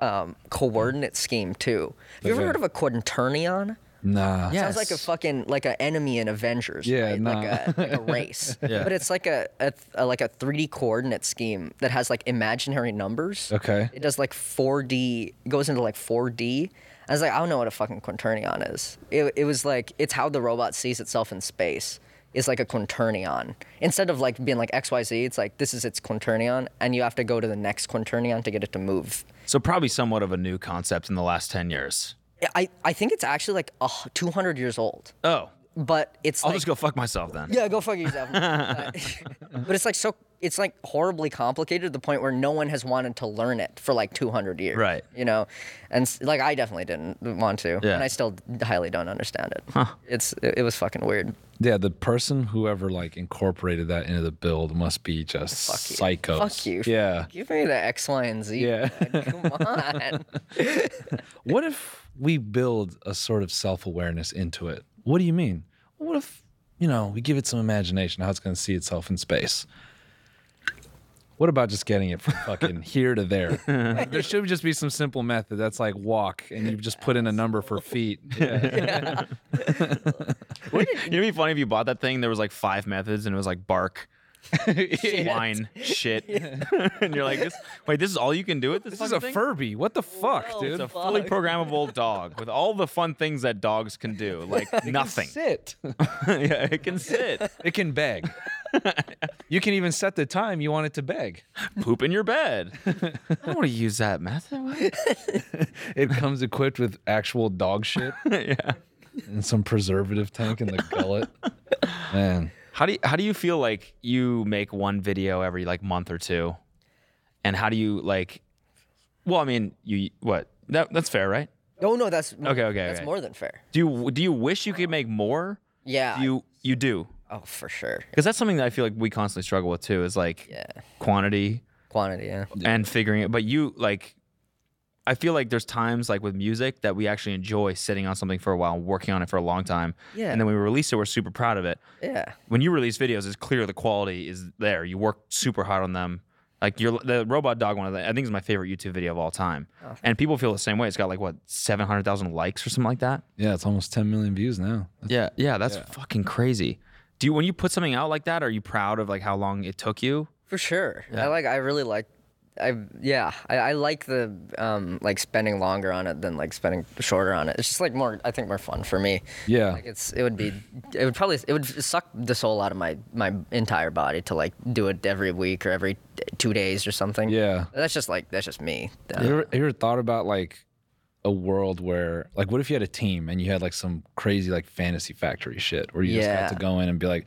Speaker 8: um, coordinate scheme too. Have you ever
Speaker 1: Okay.
Speaker 8: heard of a quaternion?
Speaker 1: Nah.
Speaker 8: Sounds like a
Speaker 2: Yes.
Speaker 8: fucking like an enemy in Avengers.
Speaker 1: Yeah,
Speaker 8: right? like,
Speaker 1: nah.
Speaker 8: a, like a race.
Speaker 2: Yeah.
Speaker 8: But it's like a, a, a like a 3D coordinate scheme that has like imaginary numbers.
Speaker 1: Okay.
Speaker 8: It does like 4D, goes into like 4D. I was like, I don't know what a fucking quaternion is. It, it was like, it's how the robot sees itself in space. It's like a quaternion. Instead of like being like XYZ, it's like this is its quaternion, and you have to go to the next quaternion to get it to move.
Speaker 2: So probably somewhat of a new concept in the last ten years.
Speaker 8: I, I think it's actually like uh, 200 years old,
Speaker 2: Oh,
Speaker 8: but it's
Speaker 2: I'll
Speaker 8: like,
Speaker 2: just go fuck myself then.
Speaker 8: yeah, go fuck yourself. Uh, but it's like so, it's like horribly complicated to the point where no one has wanted to learn it for like 200 years.
Speaker 2: Right.
Speaker 8: You know, and s- like I definitely didn't want to,
Speaker 2: Yeah.
Speaker 8: and I still highly don't understand it. It's it, it was fucking weird.
Speaker 1: Yeah, the person whoever like incorporated that into the build must be just psycho.
Speaker 8: Fuck you.
Speaker 2: Uh.
Speaker 1: Yeah.
Speaker 8: Give me the X, Y, and Z.
Speaker 1: Yeah.
Speaker 8: man. Come on.
Speaker 1: What if we build a sort of self awareness into it? What do you mean? What if, you know, we give it some imagination how it's going to see itself in space? What about just getting it from fucking here to there? Like, there should just be some simple method that's like walk and you just put in a number for feet. Yeah.
Speaker 2: you know, it'd be funny if you bought that thing. There was like five methods, and it was like bark. Wine, shit, and you're like, this, wait, this is all you can do with this.
Speaker 1: This is
Speaker 2: fucking
Speaker 1: a
Speaker 2: thing?
Speaker 1: Furby. What the fuck, dude?
Speaker 2: It's a fully programmable dog with all the fun things that dogs can do, like nothing.
Speaker 1: Sit.
Speaker 2: yeah, it can sit.
Speaker 1: It can beg. You can even set the time you want it to beg.
Speaker 2: Poop in your bed. I don't want to use that method. What?
Speaker 1: It comes equipped with actual dog shit
Speaker 2: yeah.
Speaker 1: and some preservative tank in the gullet. Man,
Speaker 2: How do you, how do you feel like you make one video every like month or two, and how do you like? Well, I mean, you what that that's fair, right?
Speaker 8: Oh no, that's more,
Speaker 2: Okay, okay,
Speaker 8: That's
Speaker 2: okay.
Speaker 8: more than fair.
Speaker 2: Do you do you wish you could make more?
Speaker 8: Yeah.
Speaker 2: Do you you do
Speaker 8: oh, for sure.
Speaker 2: because that's something that I feel like we constantly struggle with too is like
Speaker 8: Yeah.
Speaker 2: quantity
Speaker 8: Quantity. Yeah.
Speaker 2: and figuring it. But you like, I feel like there's times like with music that we actually enjoy sitting on something for a while, and working on it for a long time,
Speaker 8: Yeah.
Speaker 2: and then we release it. We're super proud of it.
Speaker 8: Yeah.
Speaker 2: when you release videos, it's clear the quality is there. You work super hard on them. Like your the robot dog one of the, I think is my favorite YouTube video of all time, and people feel the same way. It's got like what seven hundred thousand likes or something like that.
Speaker 1: yeah, it's almost 10 million views now.
Speaker 2: Yeah, yeah, that's fucking crazy. Do you when you put something out like that, are you proud of like how long it took you?
Speaker 8: For sure. I like. I really like. I yeah. I, I like the um like spending longer on it than like spending shorter on it. It's just like more. I think more fun for me.
Speaker 1: Yeah.
Speaker 8: Like it's it would be it would probably it would suck the soul out of my my entire body to like do it every week or every d- two days or something.
Speaker 1: Yeah.
Speaker 8: That's just like that's just me. Uh,
Speaker 1: You ever, you ever thought about like a world where, like, what if you had a team and you had like some crazy like fantasy factory shit where you
Speaker 8: Yeah.
Speaker 1: just got to go in and be like,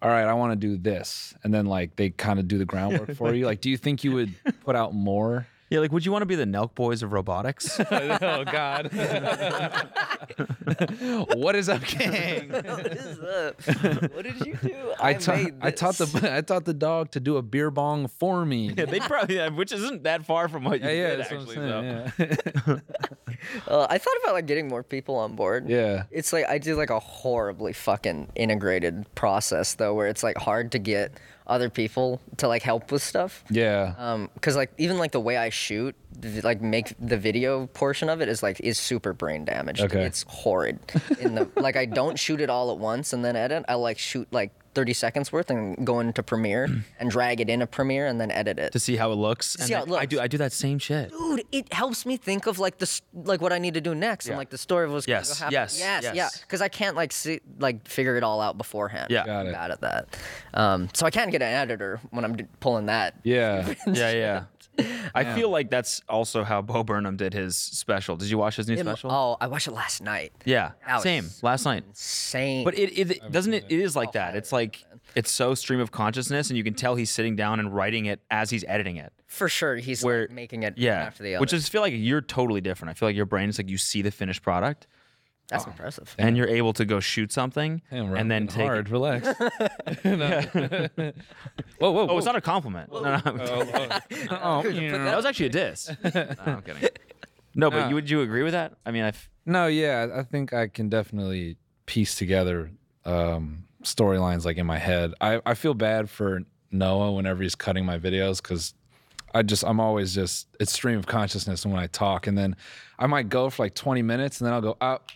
Speaker 1: all right, I want to do this. And then like they kind of do the groundwork for you. Like, do you think you would put out more?
Speaker 2: Yeah, like would you want to be the Nelk Boys of robotics?
Speaker 1: oh, God. what is up, gang?
Speaker 8: what is up? What did you do?
Speaker 1: I, ta-
Speaker 8: made
Speaker 1: I taught
Speaker 8: this.
Speaker 1: the I taught the dog to do a beer bong for me.
Speaker 2: yeah, they probably yeah, which isn't that far from what you
Speaker 1: Yeah, yeah,
Speaker 2: did
Speaker 1: that's what I'm
Speaker 2: actually. so.
Speaker 1: saying,
Speaker 8: Uh, I thought about like getting more people on board.
Speaker 1: Yeah.
Speaker 8: It's like I did like a horribly fucking integrated process though, where it's like hard to get other people to like help with stuff.
Speaker 1: yeah. Yeah.
Speaker 8: Um, cause like even like the way I shoot, th- like make the video portion of it is like is super brain damaged.
Speaker 1: Okay.
Speaker 8: It's horrid. In the like I don't shoot it all at once and then edit. I like shoot like 30 seconds worth and go into Premiere and drag it into Premiere and then edit it
Speaker 2: To see how it looks. and
Speaker 8: see how
Speaker 2: then
Speaker 8: it
Speaker 2: I do
Speaker 8: looks.
Speaker 2: I do that same shit.
Speaker 8: dude, it helps me think of like the s- like what I need to do next and like the story of what's
Speaker 2: Yes,
Speaker 8: gonna go happen.
Speaker 2: yes,
Speaker 8: yes, yeah,
Speaker 2: yes.
Speaker 8: because I can't like see like figure it all out beforehand.
Speaker 2: Yeah.
Speaker 1: Got
Speaker 8: I'm
Speaker 1: it.
Speaker 8: bad at that. Um, so I can get an editor when I'm d- pulling that.
Speaker 1: Yeah.
Speaker 2: yeah, yeah. I feel like that's also how Bo Burnham did his special. Did you watch his new
Speaker 8: Him-
Speaker 2: special?
Speaker 8: Oh, I watched it last night.
Speaker 2: yeah,
Speaker 8: that was
Speaker 2: same last night.
Speaker 8: Insane.
Speaker 2: But it, it doesn't it, it is like that. It's like it's so stream of consciousness, and you can tell he's sitting down and writing it as he's editing it.
Speaker 8: for sure, he's like,
Speaker 2: where-
Speaker 8: making it
Speaker 2: Yeah,
Speaker 8: after the other.
Speaker 2: which is feel like you're totally different. I feel like your brain is like you see the finished product,
Speaker 8: that's
Speaker 2: Oh.
Speaker 8: impressive.
Speaker 2: and you're able to go shoot something,
Speaker 1: Damn, Rob,
Speaker 2: and then
Speaker 1: getting
Speaker 2: take.
Speaker 1: hard. Relax. whoa, whoa, Oh,
Speaker 2: Oh, it's not a compliment. No, no, I'm- that was actually a diss. no, I'm kidding. No, but you, would you agree with that? I mean, I f-
Speaker 1: No, yeah, I think I can definitely piece together um, storylines like in my head. I, I feel bad for Noah whenever he's cutting my videos because I just I'm always just it's stream of consciousness when I talk, and then I might go for like 20 minutes, and then I'll go up.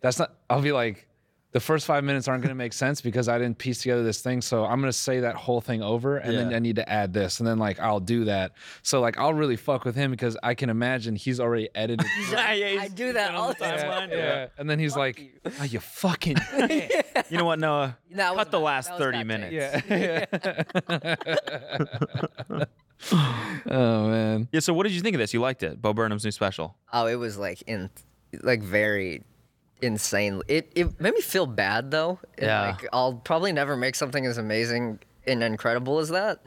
Speaker 1: that's not. I'll be like. The first five minutes aren't going to make sense because I didn't piece together this thing. So I'm going to say that whole thing over, and then I need to add this, and then like I'll do that. So like I'll really fuck with him because I can imagine he's already edited
Speaker 8: I do that all the time. Oh,
Speaker 1: yeah, yeah. And then he's like, "Are you fucking?"
Speaker 2: You know what, Noah?
Speaker 8: That was
Speaker 2: Cut the
Speaker 8: bad-
Speaker 2: last
Speaker 8: that was
Speaker 2: 30
Speaker 8: bad
Speaker 2: minutes.
Speaker 8: taste.
Speaker 2: Yeah.
Speaker 1: oh man.
Speaker 2: so what did you think of this? You liked it, Bo Burnham's new special.
Speaker 8: Oh, it was like in, like very insane. It it made me feel bad though. And,
Speaker 2: Yeah.
Speaker 8: Like I'll probably never make something as amazing and incredible as that.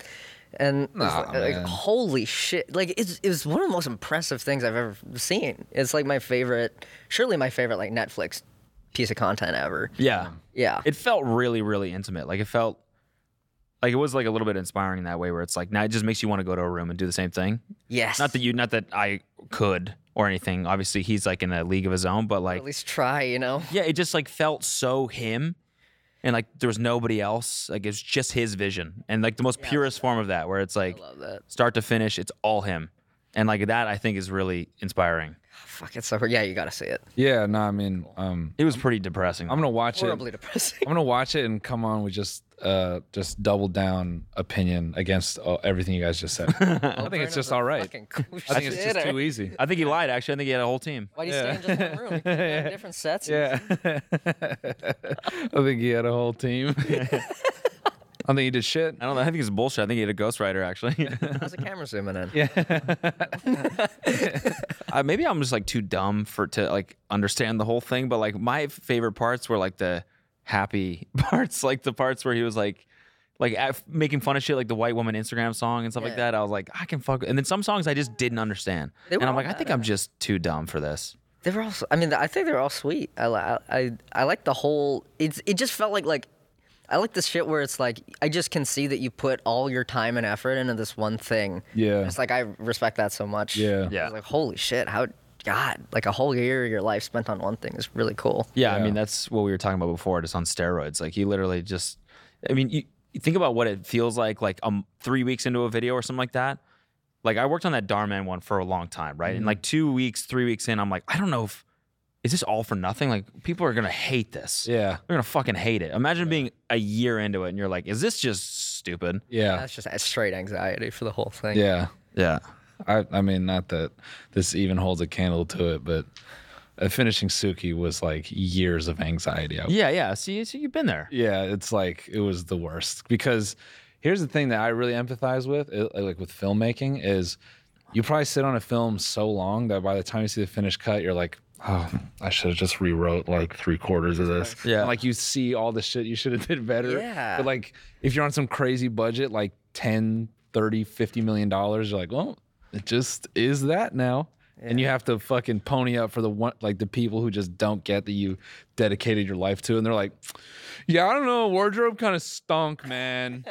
Speaker 8: And it was
Speaker 1: Nah,
Speaker 8: like, like,
Speaker 1: man.
Speaker 8: holy shit! Like it's it was one of the most impressive things I've ever seen. It's like my favorite, surely my favorite like Netflix piece of content ever.
Speaker 2: Yeah.
Speaker 8: Yeah.
Speaker 2: Um, It felt really, really intimate. Like it felt like it was like a little bit inspiring in that way where it's like now it just makes you want to go to a room and do the same thing.
Speaker 8: yes.
Speaker 2: Not that you not that I could or anything. Obviously he's like in a league of his own, but like
Speaker 8: at least try. You know.
Speaker 2: yeah, it just like felt so him. And like there was nobody else. Like it's just his vision. And like the most purest form of that where it's like
Speaker 8: Love that.
Speaker 2: start to finish, it's all him. And like that I think is really inspiring.
Speaker 8: Fuck it's so Yeah, you gotta see it.
Speaker 1: Yeah. No, I mean, um,
Speaker 2: It was pretty depressing.
Speaker 1: I'm gonna watch it.
Speaker 8: Horribly depressing.
Speaker 1: I'm gonna watch it and come on with just, uh, just double down opinion against uh, everything you guys just said. I think it's just all right.
Speaker 8: Fucking cool
Speaker 1: I think it's just too easy.
Speaker 2: I think he lied. Actually, I think he had a whole team.
Speaker 8: Why do you stay in just one room? You could've done Different sets.
Speaker 1: Yeah. I think he had a whole team. I don't think you did shit.
Speaker 2: I don't know. I think it's bullshit. I think he had a ghostwriter actually.
Speaker 8: How's the camera zooming in?
Speaker 2: I, maybe I'm just like too dumb for to like understand the whole thing. But like my favorite parts were like the happy parts, like the parts where he was like, like af- making fun of shit, like the white woman Instagram song and stuff like
Speaker 8: Yeah.
Speaker 2: that. I was like, I can fuck. And then some songs I just didn't understand,
Speaker 8: They were
Speaker 2: and I'm
Speaker 8: all
Speaker 2: like, I think I'm just too dumb for this.
Speaker 8: They were all. s- I mean, I think they were all sweet. I li- I I, I like the whole. It's it just felt like like. I like this shit where it's like I just can see that you put all your time and effort into this one thing.
Speaker 1: Yeah.
Speaker 8: It's like I respect that so much.
Speaker 1: Yeah.
Speaker 2: Yeah.
Speaker 8: It's like holy shit, how God, like a whole year of your life spent on one thing is really cool.
Speaker 2: Yeah, I
Speaker 1: Yeah.
Speaker 2: mean that's what we were talking about before, just on steroids. Like you literally just, I mean, you, you think about what it feels like, like um, three weeks into a video or something like that. Like I worked on that Darman one for a long time, right?
Speaker 1: Mm-hmm.
Speaker 2: And like two weeks, three weeks in, I'm like, I don't know if is this all for nothing. Like people are gonna hate this.
Speaker 1: Yeah.
Speaker 2: they're gonna fucking hate it. Imagine being a year into it and you're like, is this just stupid?
Speaker 1: Yeah.
Speaker 8: That's just a straight anxiety for the whole thing.
Speaker 1: Yeah.
Speaker 2: Yeah,
Speaker 1: I, I mean, not that this even holds a candle to it, but uh, finishing Suki was like years of anxiety. I
Speaker 2: yeah, yeah. See, see you've been there.
Speaker 1: yeah it's like it was the worst because here's the thing that i really empathize with uh, like with filmmaking is you probably sit on a film so long that by the time you see the finished cut you're like oh i should have just rewrote like three quarters of this
Speaker 2: Yeah.
Speaker 1: And, like you see all the shit you should have did better
Speaker 8: Yeah.
Speaker 1: but like if you're on some crazy budget like 10 30 50 million dollars you're like well it just is that now and you have to fucking pony up for the one like the people who just don't get that you dedicated your life to and they're like yeah, I don't know. Wardrobe kind of stunk, man.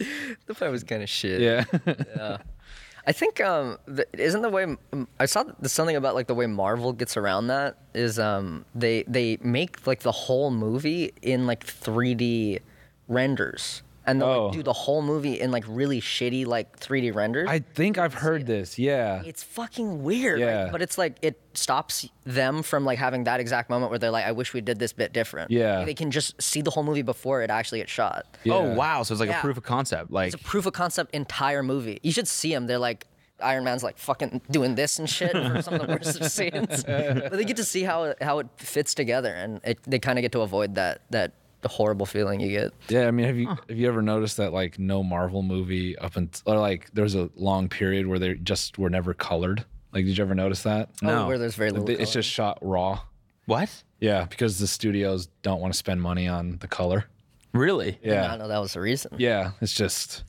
Speaker 8: The play was kind of shit.
Speaker 1: yeah.
Speaker 8: I think um, the, isn't the way mm, I saw th- something about like the way Marvel gets around that is um, they they make like the whole movie in like 3D renders and they'll
Speaker 1: Oh.
Speaker 8: like, do the whole movie in like really shitty like 3D renders.
Speaker 1: I think I've heard this. Yeah.
Speaker 8: it's fucking weird, like,
Speaker 1: Yeah.
Speaker 8: but it's like it stops them from like having that exact moment where they're like, "I wish we did this bit different."
Speaker 1: Yeah.
Speaker 8: they can just see the whole movie before it actually gets shot.
Speaker 2: Oh
Speaker 1: Yeah.
Speaker 2: wow, so it's like
Speaker 8: Yeah.
Speaker 2: a proof of concept. Like
Speaker 8: It's a proof of concept entire movie. You should see them. They're like Iron Man's like fucking doing this and shit for some of the worst scenes. but they get to see how it, how it fits together, and it, they kind of get to avoid that that horrible feeling you get.
Speaker 1: Yeah. I mean, have you have you ever noticed that like no Marvel movie up until or like there was a long period where they just were never colored? Like, did you ever notice that?
Speaker 2: No.
Speaker 8: Oh, where there's very little.
Speaker 1: They- It's
Speaker 8: color.
Speaker 1: just shot raw.
Speaker 2: what?
Speaker 1: Yeah, because the studios don't want to spend money on the color.
Speaker 2: Really?
Speaker 8: I
Speaker 1: Yeah.
Speaker 8: don't know that was the reason.
Speaker 1: Yeah, it's just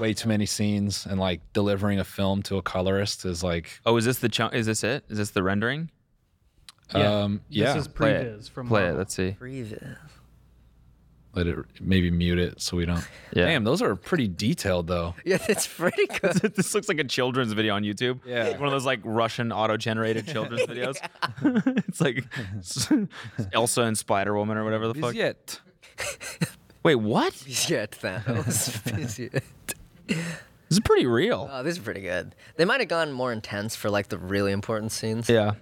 Speaker 1: way too many scenes and like delivering a film to a colorist is like
Speaker 2: Oh, is this the chunk? Is this it? Is this the rendering?
Speaker 9: Yeah.
Speaker 1: um yeah.
Speaker 9: This is
Speaker 2: Play it.
Speaker 9: previs from
Speaker 2: Play it.
Speaker 9: Marvel.
Speaker 2: Let's see.
Speaker 1: Let it maybe mute it so we don't.
Speaker 2: Yeah.
Speaker 1: Damn, those are pretty detailed though.
Speaker 8: Yeah, it's pretty good.
Speaker 2: this looks like a children's video on YouTube.
Speaker 1: Yeah.
Speaker 2: One of those like Russian auto-generated children's videos. it's like Elsa and Spider Woman or whatever the fuck.
Speaker 1: Yet.
Speaker 2: Wait, what? This
Speaker 8: yeah, Thanos.
Speaker 2: is pretty real.
Speaker 8: oh, this is pretty good. They might have gone more intense for like the really important scenes.
Speaker 2: yeah.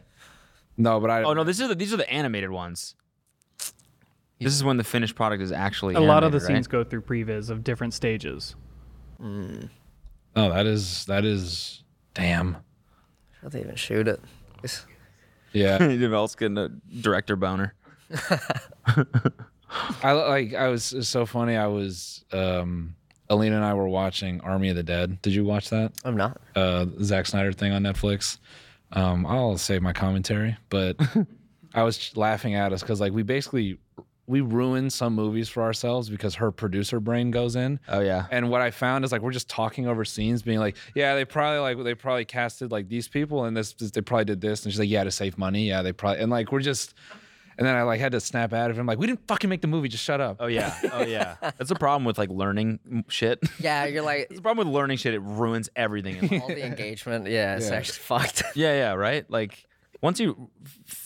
Speaker 1: No, but I.
Speaker 2: Oh no, this is the, these are the animated ones. This is when the finished product is actually
Speaker 9: A lot of the
Speaker 2: animated, right?
Speaker 9: scenes go through previs of different stages.
Speaker 1: No, Oh, that is that is. Damn.
Speaker 8: How'd they even shoot it? It's-
Speaker 1: Yeah,
Speaker 2: Develop's getting a director boner.
Speaker 1: I like. I was it's so funny. I was. um Alina and I were watching Army of the Dead. Did you watch that?
Speaker 8: I'm not.
Speaker 1: uh, Zack Snyder thing on Netflix. Um, I'll save my commentary, but I was laughing at us because like we basically we ruin some movies for ourselves because her producer brain goes in.
Speaker 2: Oh, yeah.
Speaker 1: And what I found is like we're just talking over scenes, being like, yeah, they probably like they probably casted like these people and this, this they probably did this, and she's like, yeah, to save money, yeah, they probably and like we're just. And then I like had to snap out of him like we didn't fucking make the movie, just shut up.
Speaker 2: Oh yeah. Oh yeah. That's the problem with like learning m- shit.
Speaker 8: Yeah, you're like
Speaker 2: the problem with learning shit, it ruins everything. In life.
Speaker 8: all the engagement. Yeah, it's
Speaker 1: Yeah.
Speaker 8: actually fucked.
Speaker 2: Yeah, yeah, right. Like once you,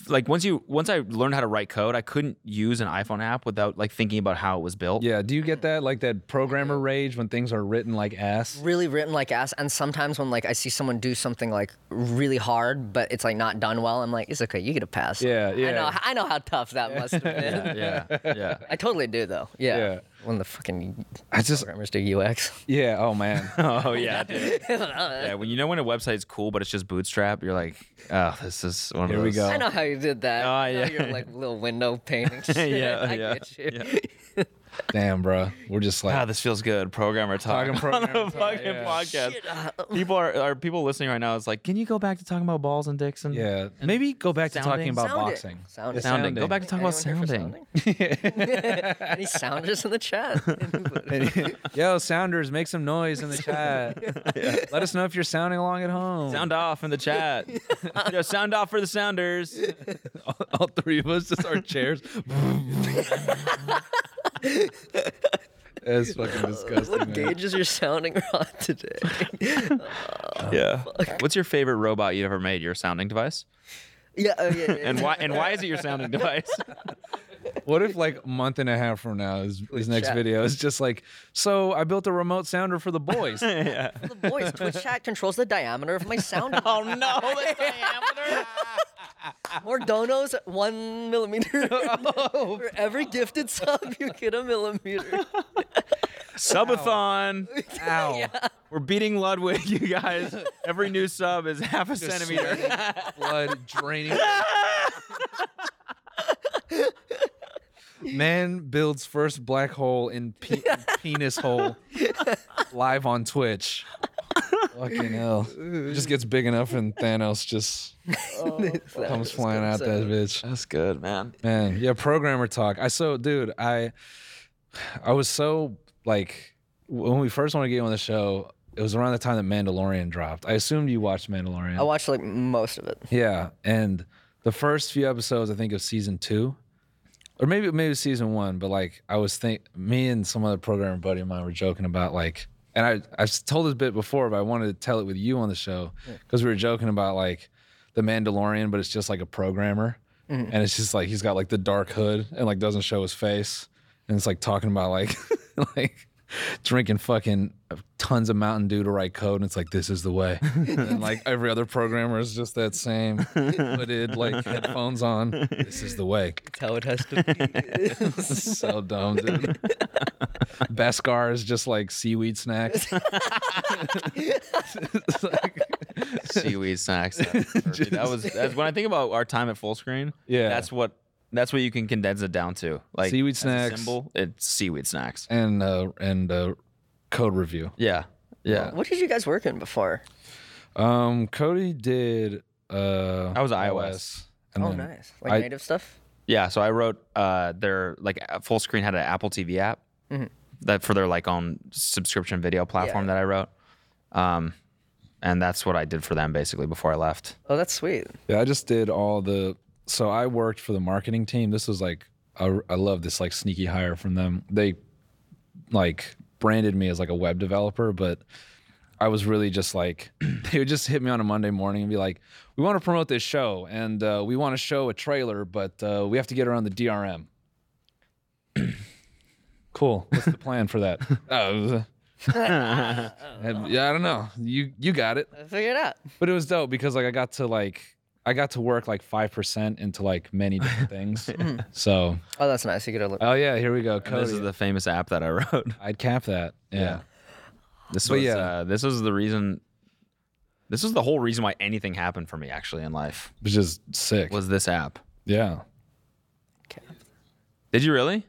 Speaker 2: like once you, once I learned how to write code, I couldn't use an iPhone app without like thinking about how it was built.
Speaker 1: Yeah, do you get that like that programmer rage when things are written like ass?
Speaker 8: really written like ass and sometimes when like i see someone do something like really hard but it's like not done well i'm like it's okay you get a pass
Speaker 1: Yeah,
Speaker 8: i
Speaker 1: yeah.
Speaker 8: know i know how tough that must have been
Speaker 2: yeah, yeah.
Speaker 8: i totally do though yeah,
Speaker 1: Yeah.
Speaker 8: when the fucking
Speaker 1: I just
Speaker 8: programmers do ux
Speaker 1: yeah. Oh man.
Speaker 2: Oh yeah, dude. yeah. When you know when a website's cool, but it's just Bootstrap, you're like, oh, this is one
Speaker 1: Here
Speaker 2: of
Speaker 1: we
Speaker 2: those.
Speaker 1: go.
Speaker 8: i know how you did that
Speaker 2: Oh,
Speaker 8: I know
Speaker 2: yeah.
Speaker 8: your like little window painting shit.
Speaker 2: Yeah,
Speaker 8: I
Speaker 2: yeah,
Speaker 8: get you.
Speaker 1: Damn, bro. We're just like
Speaker 2: Wow, Ah, this feels good. Programmer talk.
Speaker 1: Talking
Speaker 2: on
Speaker 1: programmer
Speaker 2: a
Speaker 1: talk,
Speaker 2: fucking
Speaker 1: yeah.
Speaker 2: podcast. People are are people listening right now. It's like, can you go back to talking about balls and dicks and
Speaker 1: Yeah. Maybe go back to talking
Speaker 2: sounding?
Speaker 1: about
Speaker 8: Sounding.
Speaker 1: boxing.
Speaker 8: Sounding.
Speaker 1: Yeah,
Speaker 2: sounding? Go back to talking about
Speaker 8: Anyone here for
Speaker 2: sounding.
Speaker 8: sounding? Any sounders in the chat?
Speaker 1: Yo, Sounders, make some noise in the chat. Let us know if you're sounding along at home.
Speaker 2: Sound off in the chat. Yo, sound off for the Sounders.
Speaker 1: all, all three of us, just our chairs. That's fucking disgusting.
Speaker 8: what
Speaker 1: man.
Speaker 8: gauge is your sounding rod today?
Speaker 2: yeah. What's your favorite robot you've ever made? Your sounding device?
Speaker 8: yeah, oh, yeah, yeah.
Speaker 2: And why and why is it your sounding device?
Speaker 1: What if like a month and a half from now, his, his next
Speaker 8: chat.
Speaker 1: video is just like, so I built a remote sounder for the boys.
Speaker 8: the voice Twitch chat controls the diameter of my sound. oh no, the diameter. More donos, one millimeter. For every gifted sub, you get a millimeter.
Speaker 2: Subathon.
Speaker 1: Ow.
Speaker 2: We're beating Ludwig, you guys. Every new sub is half a centimeter.
Speaker 1: Blood draining. Man builds first black hole in pe- penis hole live on Twitch. Fucking hell. Just gets big enough and Thanos just
Speaker 8: Oh,
Speaker 1: comes flying out that bitch.
Speaker 2: That's good, man.
Speaker 1: Man, yeah, programmer talk. I so dude, I I was so like when we first wanted to get you on the show, it was around the time that Mandalorian dropped. I assumed you watched
Speaker 2: Oh,
Speaker 1: Mandalorian.
Speaker 8: I watched like most of it.
Speaker 1: Yeah, and the first few episodes, I think of season two, or maybe maybe season one. But like, I was think me and some other programmer buddy of mine were joking about like, and I I've told this bit before, but I wanted to tell it with you on the show because we were joking about like the Mandalorian, but it's just like a programmer, and it's just like he's got like the dark hood and like doesn't show his face, and it's like talking about like like. Drinking fucking tons of Mountain Dew to write code, and it's like this is the way. and like every other programmer is just that same hooded, like headphones on. This is the way.
Speaker 8: That's how it has to be.
Speaker 1: so dumb, dude. Beskar is just like seaweed snacks. It's like-
Speaker 2: Seaweed snacks. That was, perfect. that was that's when I think about our time at full screen.
Speaker 1: Yeah.
Speaker 2: That's what that's what you can condense it down to. Like
Speaker 1: Seaweed
Speaker 2: as a
Speaker 1: snacks.
Speaker 2: Symbol. It's seaweed snacks.
Speaker 1: and uh, and uh, code review.
Speaker 2: Yeah. Yeah.
Speaker 8: what did you guys work in before?
Speaker 1: Um, Cody did. Uh,
Speaker 2: I was iOS.
Speaker 1: iOS. And
Speaker 8: Oh,
Speaker 1: then-
Speaker 8: nice. Like
Speaker 1: I-
Speaker 8: native stuff.
Speaker 2: Yeah. So I wrote uh their like a- full screen had an Apple TV app
Speaker 1: Mm-hmm.
Speaker 2: that for their like own subscription video platform that I wrote. Um and that's what I did for them basically before I left.
Speaker 8: Oh, that's sweet.
Speaker 1: Yeah, I just did all the. So I worked for the marketing team. This was like, I, I love this like sneaky hire from them. They like branded me as like a web developer, but I was really just like, they would just hit me on a Monday morning and be like, we want to promote this show and uh, we want to show a trailer, but uh, we have to get around the DRM. cool. What's the plan for that? Oh, yeah, I don't know. You you got it.
Speaker 8: I figured it out.
Speaker 1: But it was dope because like I got to like I got to work like five percent into like many different things. So
Speaker 8: Oh, that's nice. You get a look.
Speaker 1: oh yeah, here we go.
Speaker 2: And
Speaker 1: Cody.
Speaker 2: this is the famous app that I wrote.
Speaker 1: I'd cap that. Yeah.
Speaker 2: This
Speaker 1: But
Speaker 2: was
Speaker 1: yeah.
Speaker 2: uh, this was the reason. This was the whole reason why anything happened for me actually in life
Speaker 1: Which is sick.
Speaker 2: was this app.
Speaker 1: yeah.
Speaker 2: Did you really?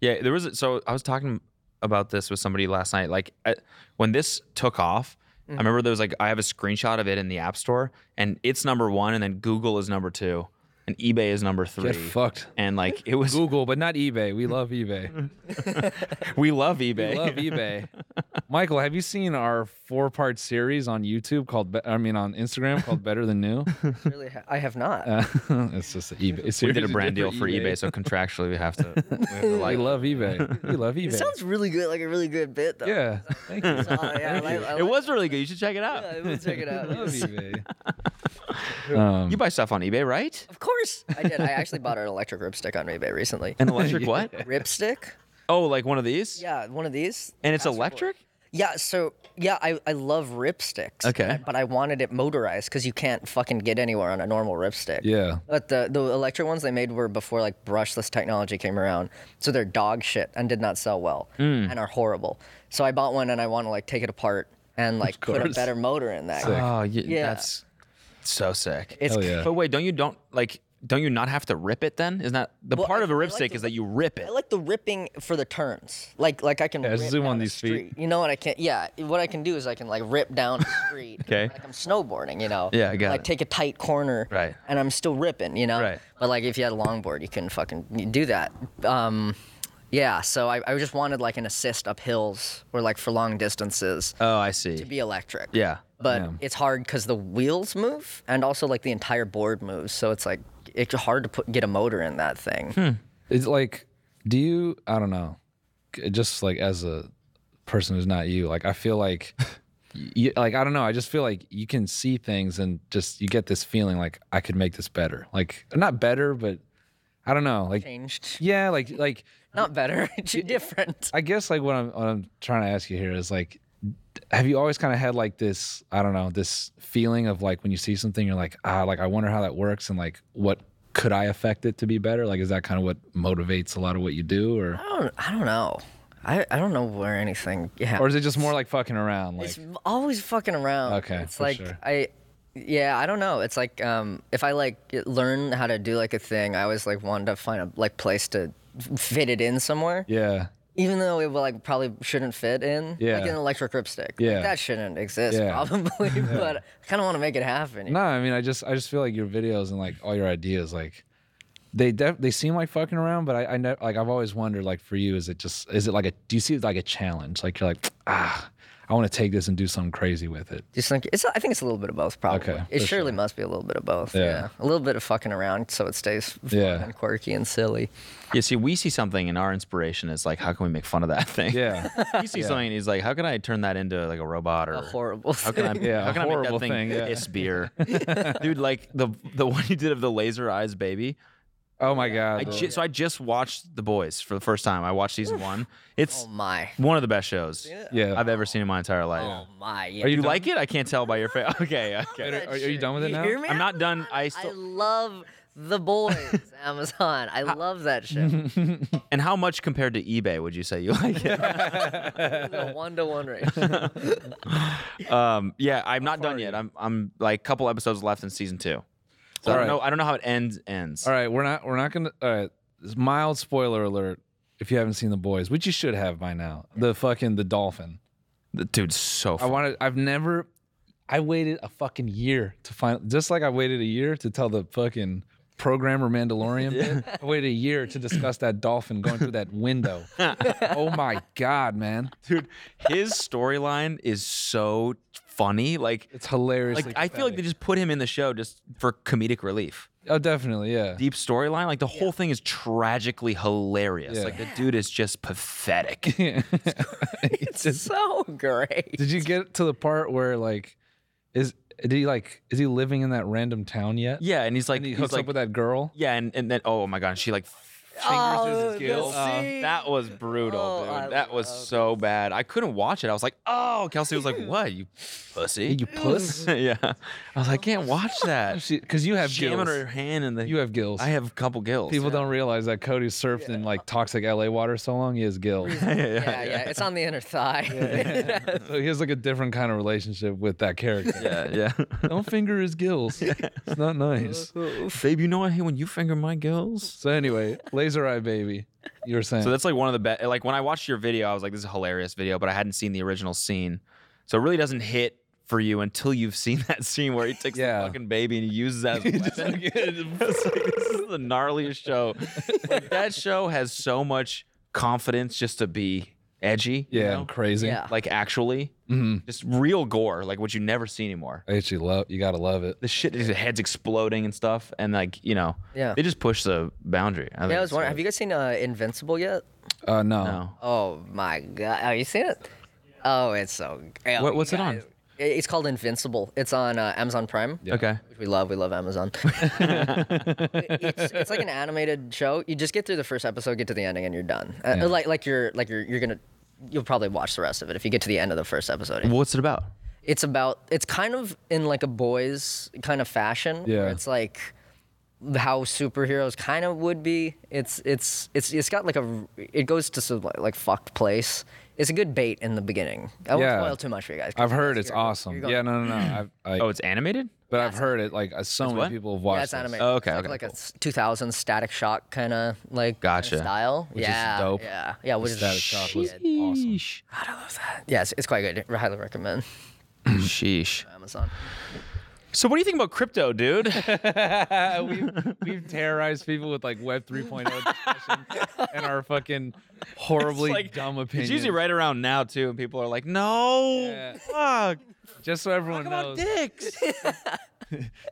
Speaker 2: Yeah, there was. So I was talking about this with somebody last night. Like I, when this took off,
Speaker 1: Mm-hmm.
Speaker 2: I remember there was like I have a screenshot of it in the App Store, and it's number one, and then Google is number two, and eBay is number three.
Speaker 1: Get fucked.
Speaker 2: And like it was,
Speaker 1: Google, but not eBay. We love eBay.
Speaker 2: we love eBay.
Speaker 1: We love eBay. Michael, have you seen our four-part series on YouTube called? Be- I mean, on Instagram called Better Than New.
Speaker 8: Really, ha- I have not.
Speaker 1: Uh, it's just an eBay.
Speaker 2: we did a brand deal for eBay. so contractually we have to. we have to
Speaker 1: we
Speaker 2: like,
Speaker 1: love eBay. We love eBay.
Speaker 8: it sounds really good. Like a really good bit, though.
Speaker 1: yeah. Thank you.
Speaker 8: So, uh, yeah, I like- I
Speaker 2: it
Speaker 8: like-
Speaker 2: was really good. You should check it out.
Speaker 8: Yeah, we'll check it out.
Speaker 1: love eBay.
Speaker 2: You buy stuff on eBay, right?
Speaker 8: Of course, I did. I actually bought an electric ripstick on eBay recently.
Speaker 2: An electric what?
Speaker 8: ripstick?
Speaker 2: Oh, like one of these?
Speaker 8: Yeah, one of these.
Speaker 2: And it's electric?
Speaker 8: Yeah, so yeah, I, I love ripsticks.
Speaker 2: Okay.
Speaker 8: But I wanted it motorized because you can't fucking get anywhere on a normal ripstick.
Speaker 1: Yeah.
Speaker 8: But the the electric ones they made were before like brushless technology came around, so they're dog shit and did not sell well
Speaker 2: Hmm.
Speaker 8: and are horrible. So I bought one and I want to like take it apart and like put a
Speaker 1: course.
Speaker 8: better motor in that.
Speaker 1: Sick.
Speaker 2: Oh, yeah,
Speaker 8: Yeah.
Speaker 2: That's so sick.
Speaker 8: It's
Speaker 1: Hell yeah.
Speaker 2: But wait, don't you don't like don't you not have to rip it then? Isn't that the
Speaker 8: Well,
Speaker 2: part
Speaker 8: I-
Speaker 2: of a
Speaker 8: I
Speaker 2: rip
Speaker 8: like
Speaker 2: stick
Speaker 8: to
Speaker 2: is that
Speaker 8: rip-
Speaker 2: you rip it?
Speaker 8: I like the ripping for the turns. Like like I can
Speaker 1: Yeah,
Speaker 8: rip
Speaker 1: zoom
Speaker 8: down
Speaker 1: on
Speaker 8: a
Speaker 1: these feet.
Speaker 8: street. You know what I can't? Yeah, what I can do is I can like rip down a street.
Speaker 2: Okay.
Speaker 8: Like I'm snowboarding, you know.
Speaker 2: Yeah, I got
Speaker 8: Like
Speaker 2: it.
Speaker 8: take a tight corner.
Speaker 2: Right.
Speaker 8: And I'm still ripping, you know.
Speaker 2: Right.
Speaker 8: But like if you had a longboard, you couldn't fucking do that. Um, yeah. So I, I just wanted like an assist up hills or like for long distances
Speaker 2: Oh, I
Speaker 8: to
Speaker 2: see.
Speaker 8: be electric.
Speaker 2: Yeah.
Speaker 8: But
Speaker 1: Yeah.
Speaker 8: it's hard because the wheels move and also like the entire board moves. So it's like it's hard to put get a motor in that thing.
Speaker 2: Hmm.
Speaker 1: It's like, do you? I don't know. C- Just like as a person who's not you, like I feel like, you, like I don't know. I just feel like you can see things and just you get this feeling like I could make this better. Like not better, but I don't know. Like
Speaker 8: Changed.
Speaker 1: yeah, like like
Speaker 8: Not better, different.
Speaker 1: I guess like what I'm what I'm trying to ask you here is like, d- have you always kind of had like this I don't know this feeling of like when you see something you're like ah like I wonder how that works and like what could I affect it to be better? Like is that kind of what motivates a lot of what you do or
Speaker 8: I don't, I don't know. I, I don't know where anything. Yeah.
Speaker 1: or is it just more like fucking around? Like
Speaker 8: it's always fucking around.
Speaker 1: Okay,
Speaker 8: It's
Speaker 1: for
Speaker 8: like
Speaker 1: sure.
Speaker 8: I. Yeah, I don't know. It's like um, if I like learn how to do like a thing, I always like wanted to find a like place to f- fit it in somewhere.
Speaker 1: yeah
Speaker 8: Even though it like probably shouldn't fit in.
Speaker 1: Yeah.
Speaker 8: Like an electric ripstick.
Speaker 1: Yeah.
Speaker 8: Like, that shouldn't exist
Speaker 1: Yeah.
Speaker 8: probably, but I kind of want to make it happen.
Speaker 1: no I mean I just I just feel like your videos and like all your ideas like. They def- they seem like fucking around, but I, I know like I've always wondered like for you is it just is it like a do you see it like a challenge like you're like ah I want to take this and do something crazy with it
Speaker 8: Just think it's. I think it's a little bit of both. Probably.
Speaker 1: Okay,
Speaker 8: It
Speaker 1: for
Speaker 8: surely must be a little bit of both. Yeah. A little bit of fucking around, so it stays fun
Speaker 1: Yeah.
Speaker 8: and quirky and silly.
Speaker 2: Yeah, see, we see something and our inspiration is like, how can we make fun of that thing?
Speaker 1: yeah
Speaker 2: He sees something and he's like, how can I turn that into like a robot or
Speaker 8: A horrible.
Speaker 2: How can I,
Speaker 8: thing.
Speaker 1: Yeah,
Speaker 2: how
Speaker 1: a
Speaker 2: can I make
Speaker 1: horrible
Speaker 2: that thing,
Speaker 1: thing, yeah.
Speaker 2: a spear? Dude, like the the one you did of the laser eyes baby.
Speaker 1: Oh my god.
Speaker 2: I
Speaker 1: the-
Speaker 2: ju- so I just watched The Boys for the first time. I watched season one. It's
Speaker 8: Oh my.
Speaker 2: one of the best shows
Speaker 1: yeah.
Speaker 2: I've ever seen in my entire life.
Speaker 8: Oh my. Yeah.
Speaker 2: Are you like it? I can't tell by your face. Okay, okay.
Speaker 1: are, are you done with it
Speaker 8: You
Speaker 1: now?
Speaker 8: hear me?
Speaker 2: I'm not done. I
Speaker 8: I
Speaker 2: still
Speaker 8: love the boys, Amazon. I love that shit.
Speaker 2: and how much compared to eBay would you say you like it?
Speaker 8: One to one ratio.
Speaker 2: Um, yeah, I'm not done yet. I'm I'm like a couple episodes left in season two. So I
Speaker 1: All
Speaker 2: don't
Speaker 1: right.
Speaker 2: know. I don't know how it ends. Ends.
Speaker 1: All right, we're not we're not gonna all right. This mild spoiler alert if you haven't seen the boys, which you should have by now. The fucking the dolphin.
Speaker 2: The dude's so.
Speaker 1: I
Speaker 2: fu-
Speaker 1: wanted I've never I waited a fucking year to find just like I waited a year to tell the fucking programmer Mandalorian bit. I waited a year to discuss that dolphin going through that window. oh my god, man.
Speaker 2: dude his storyline is so funny like
Speaker 1: It's hilarious.
Speaker 2: like i feel like they just put him in the show just for comedic relief
Speaker 1: Oh definitely, yeah.
Speaker 2: deep storyline like the whole thing is tragically hilarious
Speaker 1: Yeah.
Speaker 2: like the dude is just pathetic
Speaker 8: it's so great.
Speaker 1: Did you get to the part where like is did he like is he living in that random town yet?
Speaker 2: yeah and he's like
Speaker 1: And he
Speaker 2: he's
Speaker 1: hooks
Speaker 2: like
Speaker 1: up with that girl.
Speaker 2: yeah and, and then oh my god she like fingers his
Speaker 8: Oh, the
Speaker 2: gills
Speaker 8: scene.
Speaker 2: Um, that was brutal
Speaker 8: Oh,
Speaker 2: dude
Speaker 8: I
Speaker 2: that was so bad i couldn't watch it i was like oh kelsey was like what you pussy
Speaker 1: You puss.
Speaker 2: yeah i was like i can't watch that
Speaker 1: Because you have
Speaker 2: jamming
Speaker 1: gills.
Speaker 2: her hand in the
Speaker 1: You have gills.
Speaker 2: I have a couple gills.
Speaker 1: People don't realize that Cody surfed in like toxic LA water so long he has gills.
Speaker 2: yeah,
Speaker 8: Yeah, yeah, It's on the inner thigh.
Speaker 1: so he has like a different kind of relationship with that character.
Speaker 2: yeah, yeah.
Speaker 1: Don't finger his gills. It's not nice.
Speaker 2: Babe, you know I hate when you finger my girls.
Speaker 1: So anyway, laser eye baby. You were saying
Speaker 2: So that's like one of the best. Like when I watched your video, I was like, "This is a hilarious video," but I hadn't seen the original scene, so it really doesn't hit for you until you've seen that scene where he takes
Speaker 1: Yeah.
Speaker 2: the fucking baby and he uses that as a weapon. It's like, this is the gnarliest show. Like, that show has so much confidence just to be edgy. you
Speaker 1: yeah,
Speaker 2: know?
Speaker 1: crazy.
Speaker 8: Yeah.
Speaker 2: like actually,
Speaker 1: Mhm.
Speaker 2: just real gore, like what you never see anymore.
Speaker 1: I actually love you gotta love it.
Speaker 2: the shit his heads exploding and stuff and like you know
Speaker 8: Yeah.
Speaker 2: they just push the boundary I
Speaker 8: Yeah, I was wondering, have you guys seen uh, Invincible yet?
Speaker 1: Uh no.
Speaker 2: no
Speaker 8: Oh my god, have you seen it? Oh, it's so. Oh,
Speaker 2: What-
Speaker 8: you
Speaker 2: what's it on?
Speaker 8: guys- It- It's called Invincible. It's on uh, Amazon Prime.
Speaker 2: okay
Speaker 8: Which we love. We love Amazon. it's, it's like an animated show. You just get through the first episode, get to the ending, and you're done. Uh, Like like you're like you're you're gonna you'll probably watch the rest of it if you get to the end of the first episode.
Speaker 2: what's it about
Speaker 8: It's about it's kind of in like a boys kind of fashion. where
Speaker 1: Yeah.
Speaker 8: It's like how superheroes kind of would be. It's it's it's it's got like a it goes to some like, like fucked place. It's a good bait in the beginning. I won't
Speaker 1: Yeah.
Speaker 8: spoil too much for you guys. 'cause
Speaker 1: I've
Speaker 8: you
Speaker 1: heard
Speaker 8: guys-
Speaker 1: it's
Speaker 8: you're- you're
Speaker 1: awesome.
Speaker 8: going-
Speaker 1: Yeah, no, no, no. I've, I,
Speaker 2: oh it's animated
Speaker 1: But I've heard it like uh, so many
Speaker 2: what?
Speaker 1: people have
Speaker 8: Yeah,
Speaker 1: watched
Speaker 8: it's anime.
Speaker 1: this.
Speaker 2: Oh, okay,
Speaker 8: It's like,
Speaker 2: okay,
Speaker 8: like
Speaker 2: cool.
Speaker 8: a s- 2000 Static Shock kind of like kinda
Speaker 2: Gotcha.
Speaker 8: style.
Speaker 1: is
Speaker 8: yeah,
Speaker 1: dope.
Speaker 8: yeah, yeah. Which is
Speaker 1: Static Shock was awesome.
Speaker 8: Yes, it's quite good. I highly recommend
Speaker 2: Sheesh.
Speaker 8: Amazon.
Speaker 2: Mm. So what do you think about crypto, dude?
Speaker 1: We've terrorized people with like Web 3.0 discussions and our fucking horribly
Speaker 2: like-
Speaker 1: dumb
Speaker 2: it's
Speaker 1: opinions.
Speaker 2: usually right around now too, and people are like, "No,
Speaker 1: Yeah.
Speaker 2: fuck,
Speaker 1: Just so everyone
Speaker 2: come on,
Speaker 1: knows.
Speaker 2: dicks."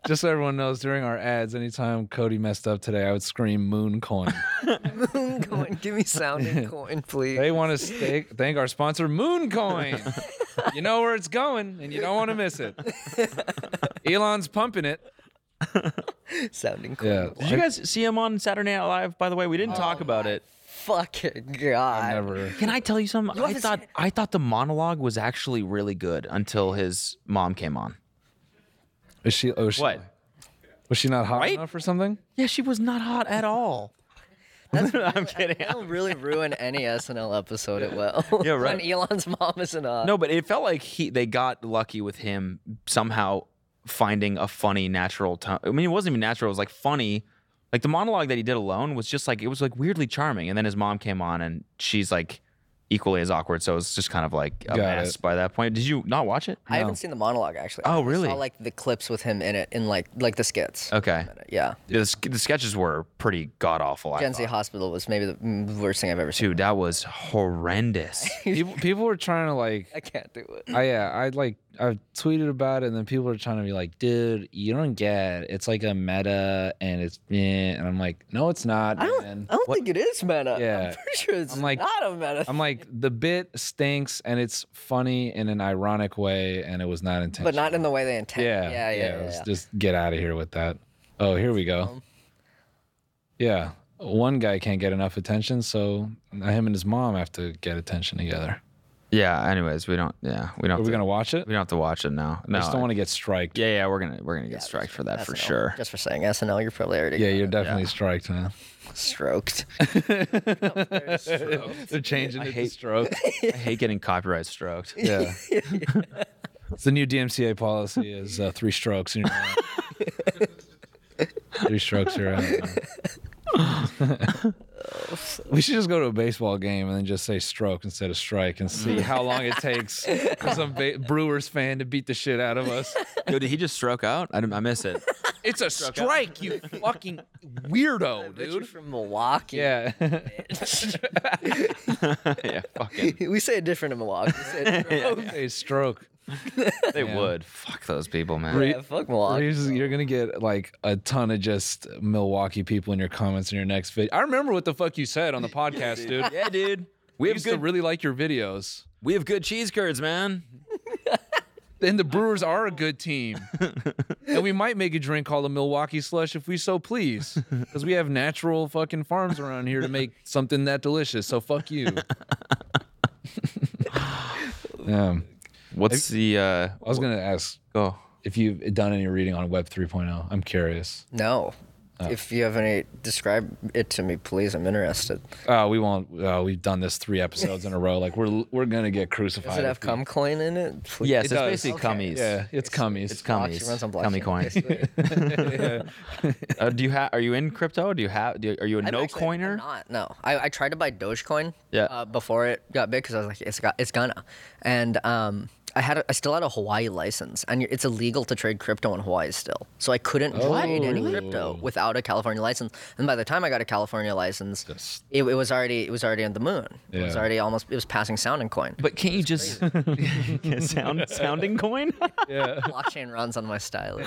Speaker 1: Just so everyone knows, during our ads, anytime Cody messed up today, I would scream "Moon Coin."
Speaker 8: Coin, give me sounding coin, please.
Speaker 1: They want to thank, thank our sponsor, Mooncoin. you know where it's going, and you don't want to miss it. Elon's pumping it.
Speaker 8: sounding coin.
Speaker 1: Yeah.
Speaker 2: Did you guys see him on Saturday Night Live? By the way, we
Speaker 8: Oh,
Speaker 2: didn't talk about it.
Speaker 8: Fucking god.
Speaker 1: I never.
Speaker 2: Can I tell you something? I
Speaker 8: haven't
Speaker 2: thought I thought the monologue was actually really good until his mom came on.
Speaker 1: Is she? Oh, is she
Speaker 2: What?
Speaker 1: Was she not hot
Speaker 2: Right?
Speaker 1: enough or something?
Speaker 2: Yeah, she was not hot at all. I'm kidding.
Speaker 8: That'll really ruin any SNL episode. It will.
Speaker 2: Yeah, right.
Speaker 8: when Elon's mom is in a
Speaker 2: No, but it felt like he they got lucky with him somehow finding a funny natural tone. I mean, it wasn't even natural. It was like funny. Like the monologue that he did alone was just like it was like weirdly charming. And then his mom came on, and she's like equally as awkward. So it's just kind of like
Speaker 1: Got
Speaker 2: a mess
Speaker 1: it.
Speaker 2: by that point. Did you not watch it?
Speaker 8: I haven't seen the monologue actually.
Speaker 2: Oh,
Speaker 8: I
Speaker 2: really? Oh.
Speaker 8: Saw like the clips with him in it, in like like the skits.
Speaker 2: Okay.
Speaker 8: Yeah.
Speaker 2: The, s- the sketches were pretty god awful.
Speaker 8: Gen Z Hospital was maybe the mm, worst thing I've ever seen.
Speaker 2: Dude, that was horrendous.
Speaker 1: People, people were trying to like.
Speaker 8: I can't do it.
Speaker 1: I yeah, I like I've tweeted about it, and then people are trying to be like, "Dude, you don't get it. it's like a meta, and it's meh," and I'm like, no, it's not.
Speaker 8: I don't.
Speaker 1: man."
Speaker 8: I don't think it is meta.
Speaker 1: Yeah.
Speaker 8: I'm pretty sure it's
Speaker 1: I'm like-
Speaker 8: not a meta.
Speaker 1: I'm like, the bit stinks, and it's funny in an ironic way, and it was not intentional,
Speaker 8: but not in the way they intend.
Speaker 1: Yeah,
Speaker 8: Yeah. Yeah. Yeah. Um,
Speaker 1: let's
Speaker 8: yeah.
Speaker 1: Just get out of here with that. Oh, here we go. Yeah, one guy can't get enough attention, so him and his mom have to get attention together.
Speaker 2: yeah. Anyways, we don't. Yeah, we don't.
Speaker 1: Are
Speaker 2: have
Speaker 1: we
Speaker 2: to-
Speaker 1: gonna watch it?
Speaker 2: We don't have to watch it now. No.
Speaker 1: I just don't want to get striked.
Speaker 2: yeah, yeah. We're gonna we're gonna get striked for that for
Speaker 8: SNL.
Speaker 2: sure.
Speaker 8: Just for saying SNL, you're probably already
Speaker 1: Yeah, you're definitely striked, man.
Speaker 8: stroked.
Speaker 1: They're changing it to stroke.
Speaker 2: I hate getting copyright stroked.
Speaker 1: Yeah. it's the new DMCA policy is uh, three strokes and you're out. three strokes you're out. we should just go to a baseball game and then just say stroke instead of strike and see how long it takes for some ba- Brewers fan to beat the shit out of us.
Speaker 2: Yo, did he just stroke out? I, didn't- I miss it.
Speaker 1: It's a strike, you fucking weirdo,
Speaker 8: Dude
Speaker 1: dude.
Speaker 8: from Milwaukee.
Speaker 1: Yeah.
Speaker 2: yeah, fucking.
Speaker 8: we say it different in Milwaukee. We say it stroked.
Speaker 1: Say stroke.
Speaker 2: They would. Fuck those people, man.
Speaker 8: yeah, fuck Milwaukee.
Speaker 1: Reeves, you're gonna get like a ton of just Milwaukee people in your comments in your next video. I remember what the fuck you said on the podcast, dude.
Speaker 2: Yeah, dude.
Speaker 1: We
Speaker 2: We have
Speaker 1: used to
Speaker 2: good.
Speaker 1: really like your videos.
Speaker 2: we have good cheese curds, man.
Speaker 1: And the Brewers are a good team. and we might make a drink called a Milwaukee slush if we so please. Because we have natural fucking farms around here to make something that delicious. So fuck you. yeah.
Speaker 2: What's the? uh
Speaker 1: Um, I was gonna ask
Speaker 2: Oh,
Speaker 1: if you've done any reading on Web 3.0. I'm curious.
Speaker 8: No.
Speaker 2: Oh.
Speaker 8: If you have any, describe it to me, please. I'm interested.
Speaker 1: Oh, we won't. Uh, we've done this three episodes in a row. Like we're we're gonna get crucified.
Speaker 8: Does it have
Speaker 1: if we-
Speaker 8: cum coin in it? Please.
Speaker 2: yes. it's
Speaker 1: does.
Speaker 2: basically cummies.
Speaker 1: Yeah, it's cummies.
Speaker 2: It's cummies.
Speaker 8: Blockchain runs on
Speaker 2: Cummy
Speaker 8: blockchain,
Speaker 2: coins. uh, do you have? Are you in crypto? Do you have? Do you, are you a
Speaker 8: I'm
Speaker 2: no
Speaker 8: actually- I'm
Speaker 2: coiner?
Speaker 8: Not no. I, I tried to buy Dogecoin.
Speaker 2: Yeah.
Speaker 8: Uh, before it got big, because I was like, it's got it's gonna, and um, I had a, I still had a Hawaii license, and it's illegal to trade crypto in Hawaii still, so I couldn't
Speaker 2: Oh.
Speaker 8: trade any crypto without a California license. And by the time I got a California license, it, it was already it was already on the moon. It was
Speaker 1: Yeah.
Speaker 8: already almost it was passing sounding coin.
Speaker 2: But can't you just sound sounding coin?
Speaker 8: Blockchain runs on my style.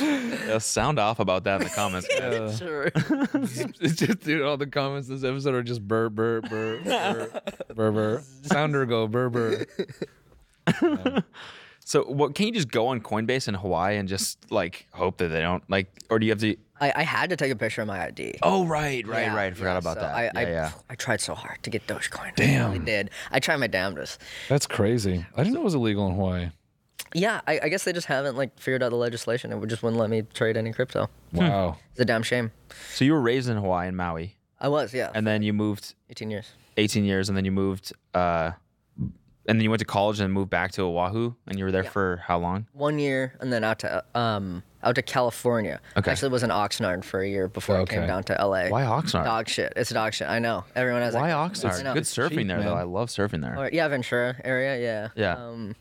Speaker 2: yeah, sound off about that in the comments. guys.
Speaker 8: sure.
Speaker 1: It's just dude, all the comments this episode are just burr burr burr burr burr burr. Sounder go burr burr.
Speaker 2: So, what can you just go on Coinbase in Hawaii and just like hope that they don't like, or do you have to?
Speaker 8: I, I had to take a picture of my ID.
Speaker 2: Oh, right, right,
Speaker 8: Yeah,
Speaker 2: right. I forgot
Speaker 8: yeah,
Speaker 2: about
Speaker 8: so
Speaker 2: that.
Speaker 8: I,
Speaker 2: yeah,
Speaker 8: I,
Speaker 2: yeah.
Speaker 8: I tried so hard to get Dogecoin. Damn. I really did. I tried my damnedest.
Speaker 1: That's crazy. I didn't know it was illegal in Hawaii.
Speaker 8: Yeah, I, I guess they just haven't like figured out the legislation. It would- just wouldn't let me trade any crypto.
Speaker 1: Wow.
Speaker 8: It's a damn shame.
Speaker 2: So you were raised in Hawaii in Maui,
Speaker 8: I was, yeah,
Speaker 2: and then you moved
Speaker 8: 18 years.
Speaker 2: 18 years, and then you moved uh, And then you went to college and moved back to Oahu, and you were there for how long?
Speaker 8: One year, and then out to um out to California.
Speaker 2: Okay.
Speaker 8: Actually, was in Oxnard for a year before I
Speaker 1: Okay.
Speaker 8: came down to LA.
Speaker 2: Why Oxnard?
Speaker 8: Dog shit. It's dog shit. I know. Everyone has.
Speaker 2: Why
Speaker 8: like, I know.
Speaker 2: Oxnard? Good surfing
Speaker 1: cheap,
Speaker 2: there
Speaker 1: man.
Speaker 2: though. I love surfing there.
Speaker 8: Or- yeah, Ventura area. Yeah.
Speaker 2: Yeah.
Speaker 8: Um,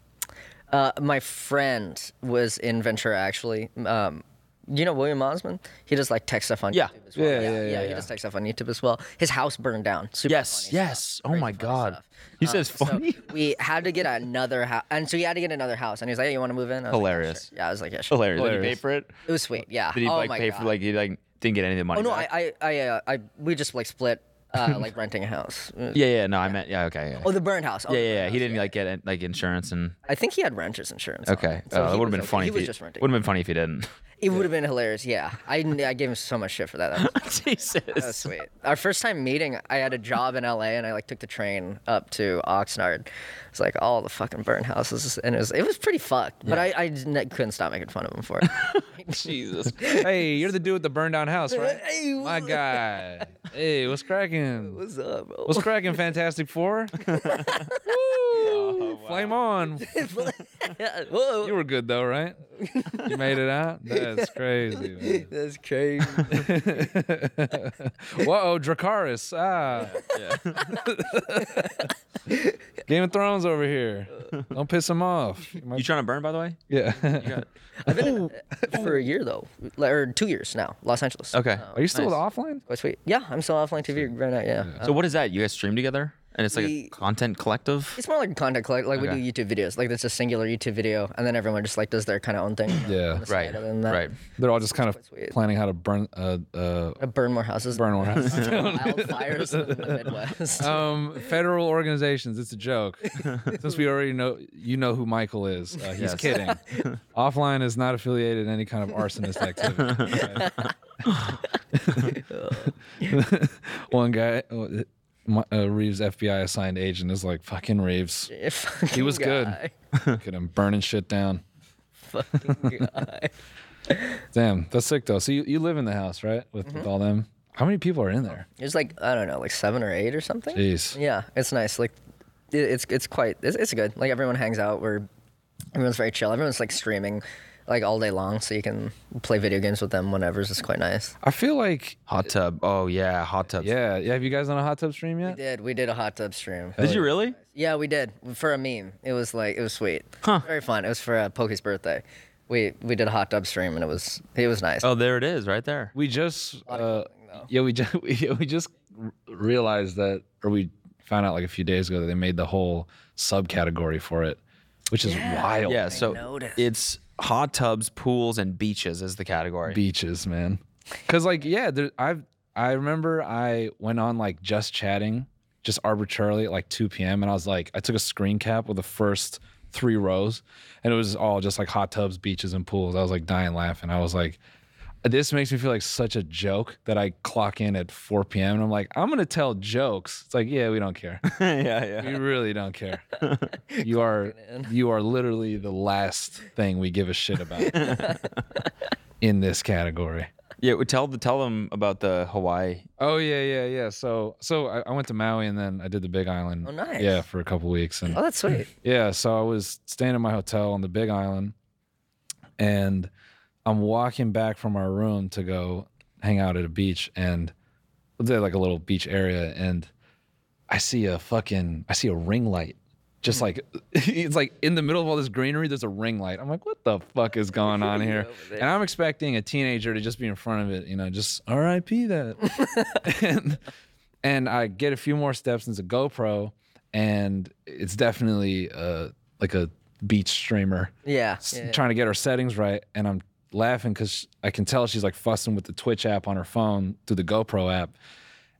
Speaker 8: uh, my friend was in Ventura actually. Um, you know William Osmond? He does like tech stuff on
Speaker 2: Yeah.
Speaker 8: YouTube as well.
Speaker 1: Yeah, yeah, yeah,
Speaker 8: He
Speaker 1: yeah.
Speaker 8: does tech stuff on YouTube as well. His house burned down. Super
Speaker 2: yes,
Speaker 8: funny
Speaker 2: yes. Oh my god.
Speaker 8: stuff. Um,
Speaker 2: He says
Speaker 8: So
Speaker 2: funny.
Speaker 8: we had to get another house, and so we had to get another house. And he was like, "Hey, you want to move in?" I was like, "Yeah,
Speaker 2: Hilarious.
Speaker 8: sure." yeah, I was like, "Yeah, sure."
Speaker 2: Hilarious. Did he
Speaker 1: Hilarious.
Speaker 2: pay for it?
Speaker 8: It was sweet. Yeah.
Speaker 2: Did he
Speaker 8: oh
Speaker 2: like
Speaker 8: my
Speaker 2: pay
Speaker 8: God.
Speaker 2: for like he like didn't get any of the money?
Speaker 8: Oh no,
Speaker 2: back?
Speaker 8: I, I, I, uh, I, we just like split, uh, like renting a house. Uh,
Speaker 2: Yeah, yeah. No, I meant yeah. Okay. Yeah,
Speaker 8: Oh, the burned house. Oh,
Speaker 2: yeah,
Speaker 8: the
Speaker 2: yeah.
Speaker 8: burned
Speaker 2: yeah. He
Speaker 8: house,
Speaker 2: didn't like get it, like insurance and.
Speaker 8: I think he had renter's insurance. on
Speaker 2: Okay.
Speaker 8: it, so
Speaker 2: oh,
Speaker 8: he
Speaker 2: it would
Speaker 8: was
Speaker 2: have been
Speaker 8: okay.
Speaker 2: funny.
Speaker 8: He
Speaker 2: if
Speaker 8: was just renting.
Speaker 2: Would have been funny if he didn't.
Speaker 8: It would have been hilarious. Yeah, I, kn- I gave him so much shit for that. That was,
Speaker 2: Jesus.
Speaker 8: that was sweet. Our first time meeting, I had a job in LA, and I like took the train up to Oxnard. It's like all the fucking burn houses, and it was it was pretty fucked. But I, I didn't- couldn't stop making fun of him for it.
Speaker 2: Jesus.
Speaker 1: hey, you're the dude with the burned down house, right? My guy. Hey, what's cracking?
Speaker 8: What's up? bro?
Speaker 1: What's cracking, Fantastic Four? Woo!
Speaker 8: Oh,
Speaker 1: Flame on.
Speaker 8: Whoa.
Speaker 1: You were good though, right? You made it out? That's crazy. man.
Speaker 8: That's crazy.
Speaker 1: Whoa, Dracaris. Ah. Game of Thrones over here. Don't piss him off.
Speaker 2: You trying to burn, by the way?
Speaker 1: Yeah.
Speaker 8: I've been uh, for a year though, Like, or two years now, Los Angeles.
Speaker 2: Okay.
Speaker 1: Are you still offline?
Speaker 8: Quite sweet. Yeah, I'm still offline TV right now. Yeah. Uh,
Speaker 2: So what is that? You guys stream together, and it's like a
Speaker 8: We-
Speaker 2: content collective.
Speaker 8: it's more like content collect. Like
Speaker 2: Okay.
Speaker 8: we do YouTube videos. Like it's a singular YouTube video, and then everyone just like does their kind of own thing.
Speaker 1: Yeah.
Speaker 2: Right.
Speaker 8: Other than that,
Speaker 2: Right.
Speaker 1: They're all just kind of
Speaker 8: weird.
Speaker 1: planning how to burn uh uh
Speaker 8: Uh, Burn more houses.
Speaker 1: burn one house.
Speaker 8: wildfires in the Midwest.
Speaker 1: Um, federal organizations. It's a joke. Since we already know you know who Michael is, uh, he's
Speaker 2: Yes.
Speaker 1: kidding. Offline is not affiliated in any kind of arsonist activity. okay? One guy, uh, my- uh, Reeves FBI assigned agent, is like fucking Reeves. He was good. Look at him burning shit down.
Speaker 8: Fucking guy.
Speaker 1: Damn, that's sick though. So you, you live in the house, right? With, with all them. How many people are in there?
Speaker 8: There's like I don't know, like seven or eight or something.
Speaker 1: Jeez.
Speaker 8: Yeah, it's nice. Like, it, it's it's quite it's, it's good. Like everyone hangs out. We're everyone's very chill. Everyone's like streaming, like all day long, so you can play video games with them whenever. It's just quite nice.
Speaker 1: I feel like
Speaker 2: Hot tub. Oh yeah, hot tub.
Speaker 1: yeah, yeah. Have you guys done a hot tub stream yet?
Speaker 8: We did we did a hot tub stream?
Speaker 2: Did you really?
Speaker 8: Yeah, we did for a meme. It was like it was sweet.
Speaker 2: Huh.
Speaker 8: Very fun. It was for uh, Pokey's birthday. We we did a hot tub stream and it was it was nice.
Speaker 2: Oh, there it is, right there.
Speaker 1: We just uh,
Speaker 8: clothing, though.
Speaker 1: yeah, we just yeah, we just r- realized that, or we found out like a few days ago that they made the whole subcategory for it, which is wild.
Speaker 2: Yeah. So
Speaker 8: noticed.
Speaker 2: it's hot tubs, pools, and beaches is the category.
Speaker 1: beaches, man. Because like yeah, there, I've I remember I went on like just chatting, just arbitrarily at like 2 p.m. and I was like, I took a screen cap of the first three rows, and it was all just like hot tubs, beaches, and pools. I was like dying laughing. I was like. This makes me feel like such a joke that I clock in at 4 p.m. and I'm like, I'm gonna tell jokes. It's like, yeah, we don't care.
Speaker 2: yeah, yeah.
Speaker 1: We really don't care. You are you are literally the last thing we give a shit about in this category.
Speaker 2: Yeah. we Tell the tell them about the Hawaii.
Speaker 1: Oh yeah, yeah, yeah. So so I, I went to Maui and then I did the Big Island.
Speaker 8: Oh, nice.
Speaker 1: Yeah, for a couple weeks and
Speaker 8: oh, that's sweet.
Speaker 1: yeah, so I was staying in my hotel on the Big Island, and I'm walking back from our room to go hang out at a beach, and there's like a little beach area, and I see a fucking I see a ring light. Just like it's like in the middle of all this greenery, there's a ring light. I'm like, what the fuck is going on here? And I'm expecting a teenager to just be in front of it, you know, just R.I.P. that. and, and I get a few more steps into GoPro, and it's definitely uh, like a beach streamer
Speaker 8: Yeah.
Speaker 1: s-
Speaker 8: yeah.
Speaker 1: trying to get her settings right. And I'm laughing because I can tell she's like fussing with the Twitch app on her phone through the GoPro app.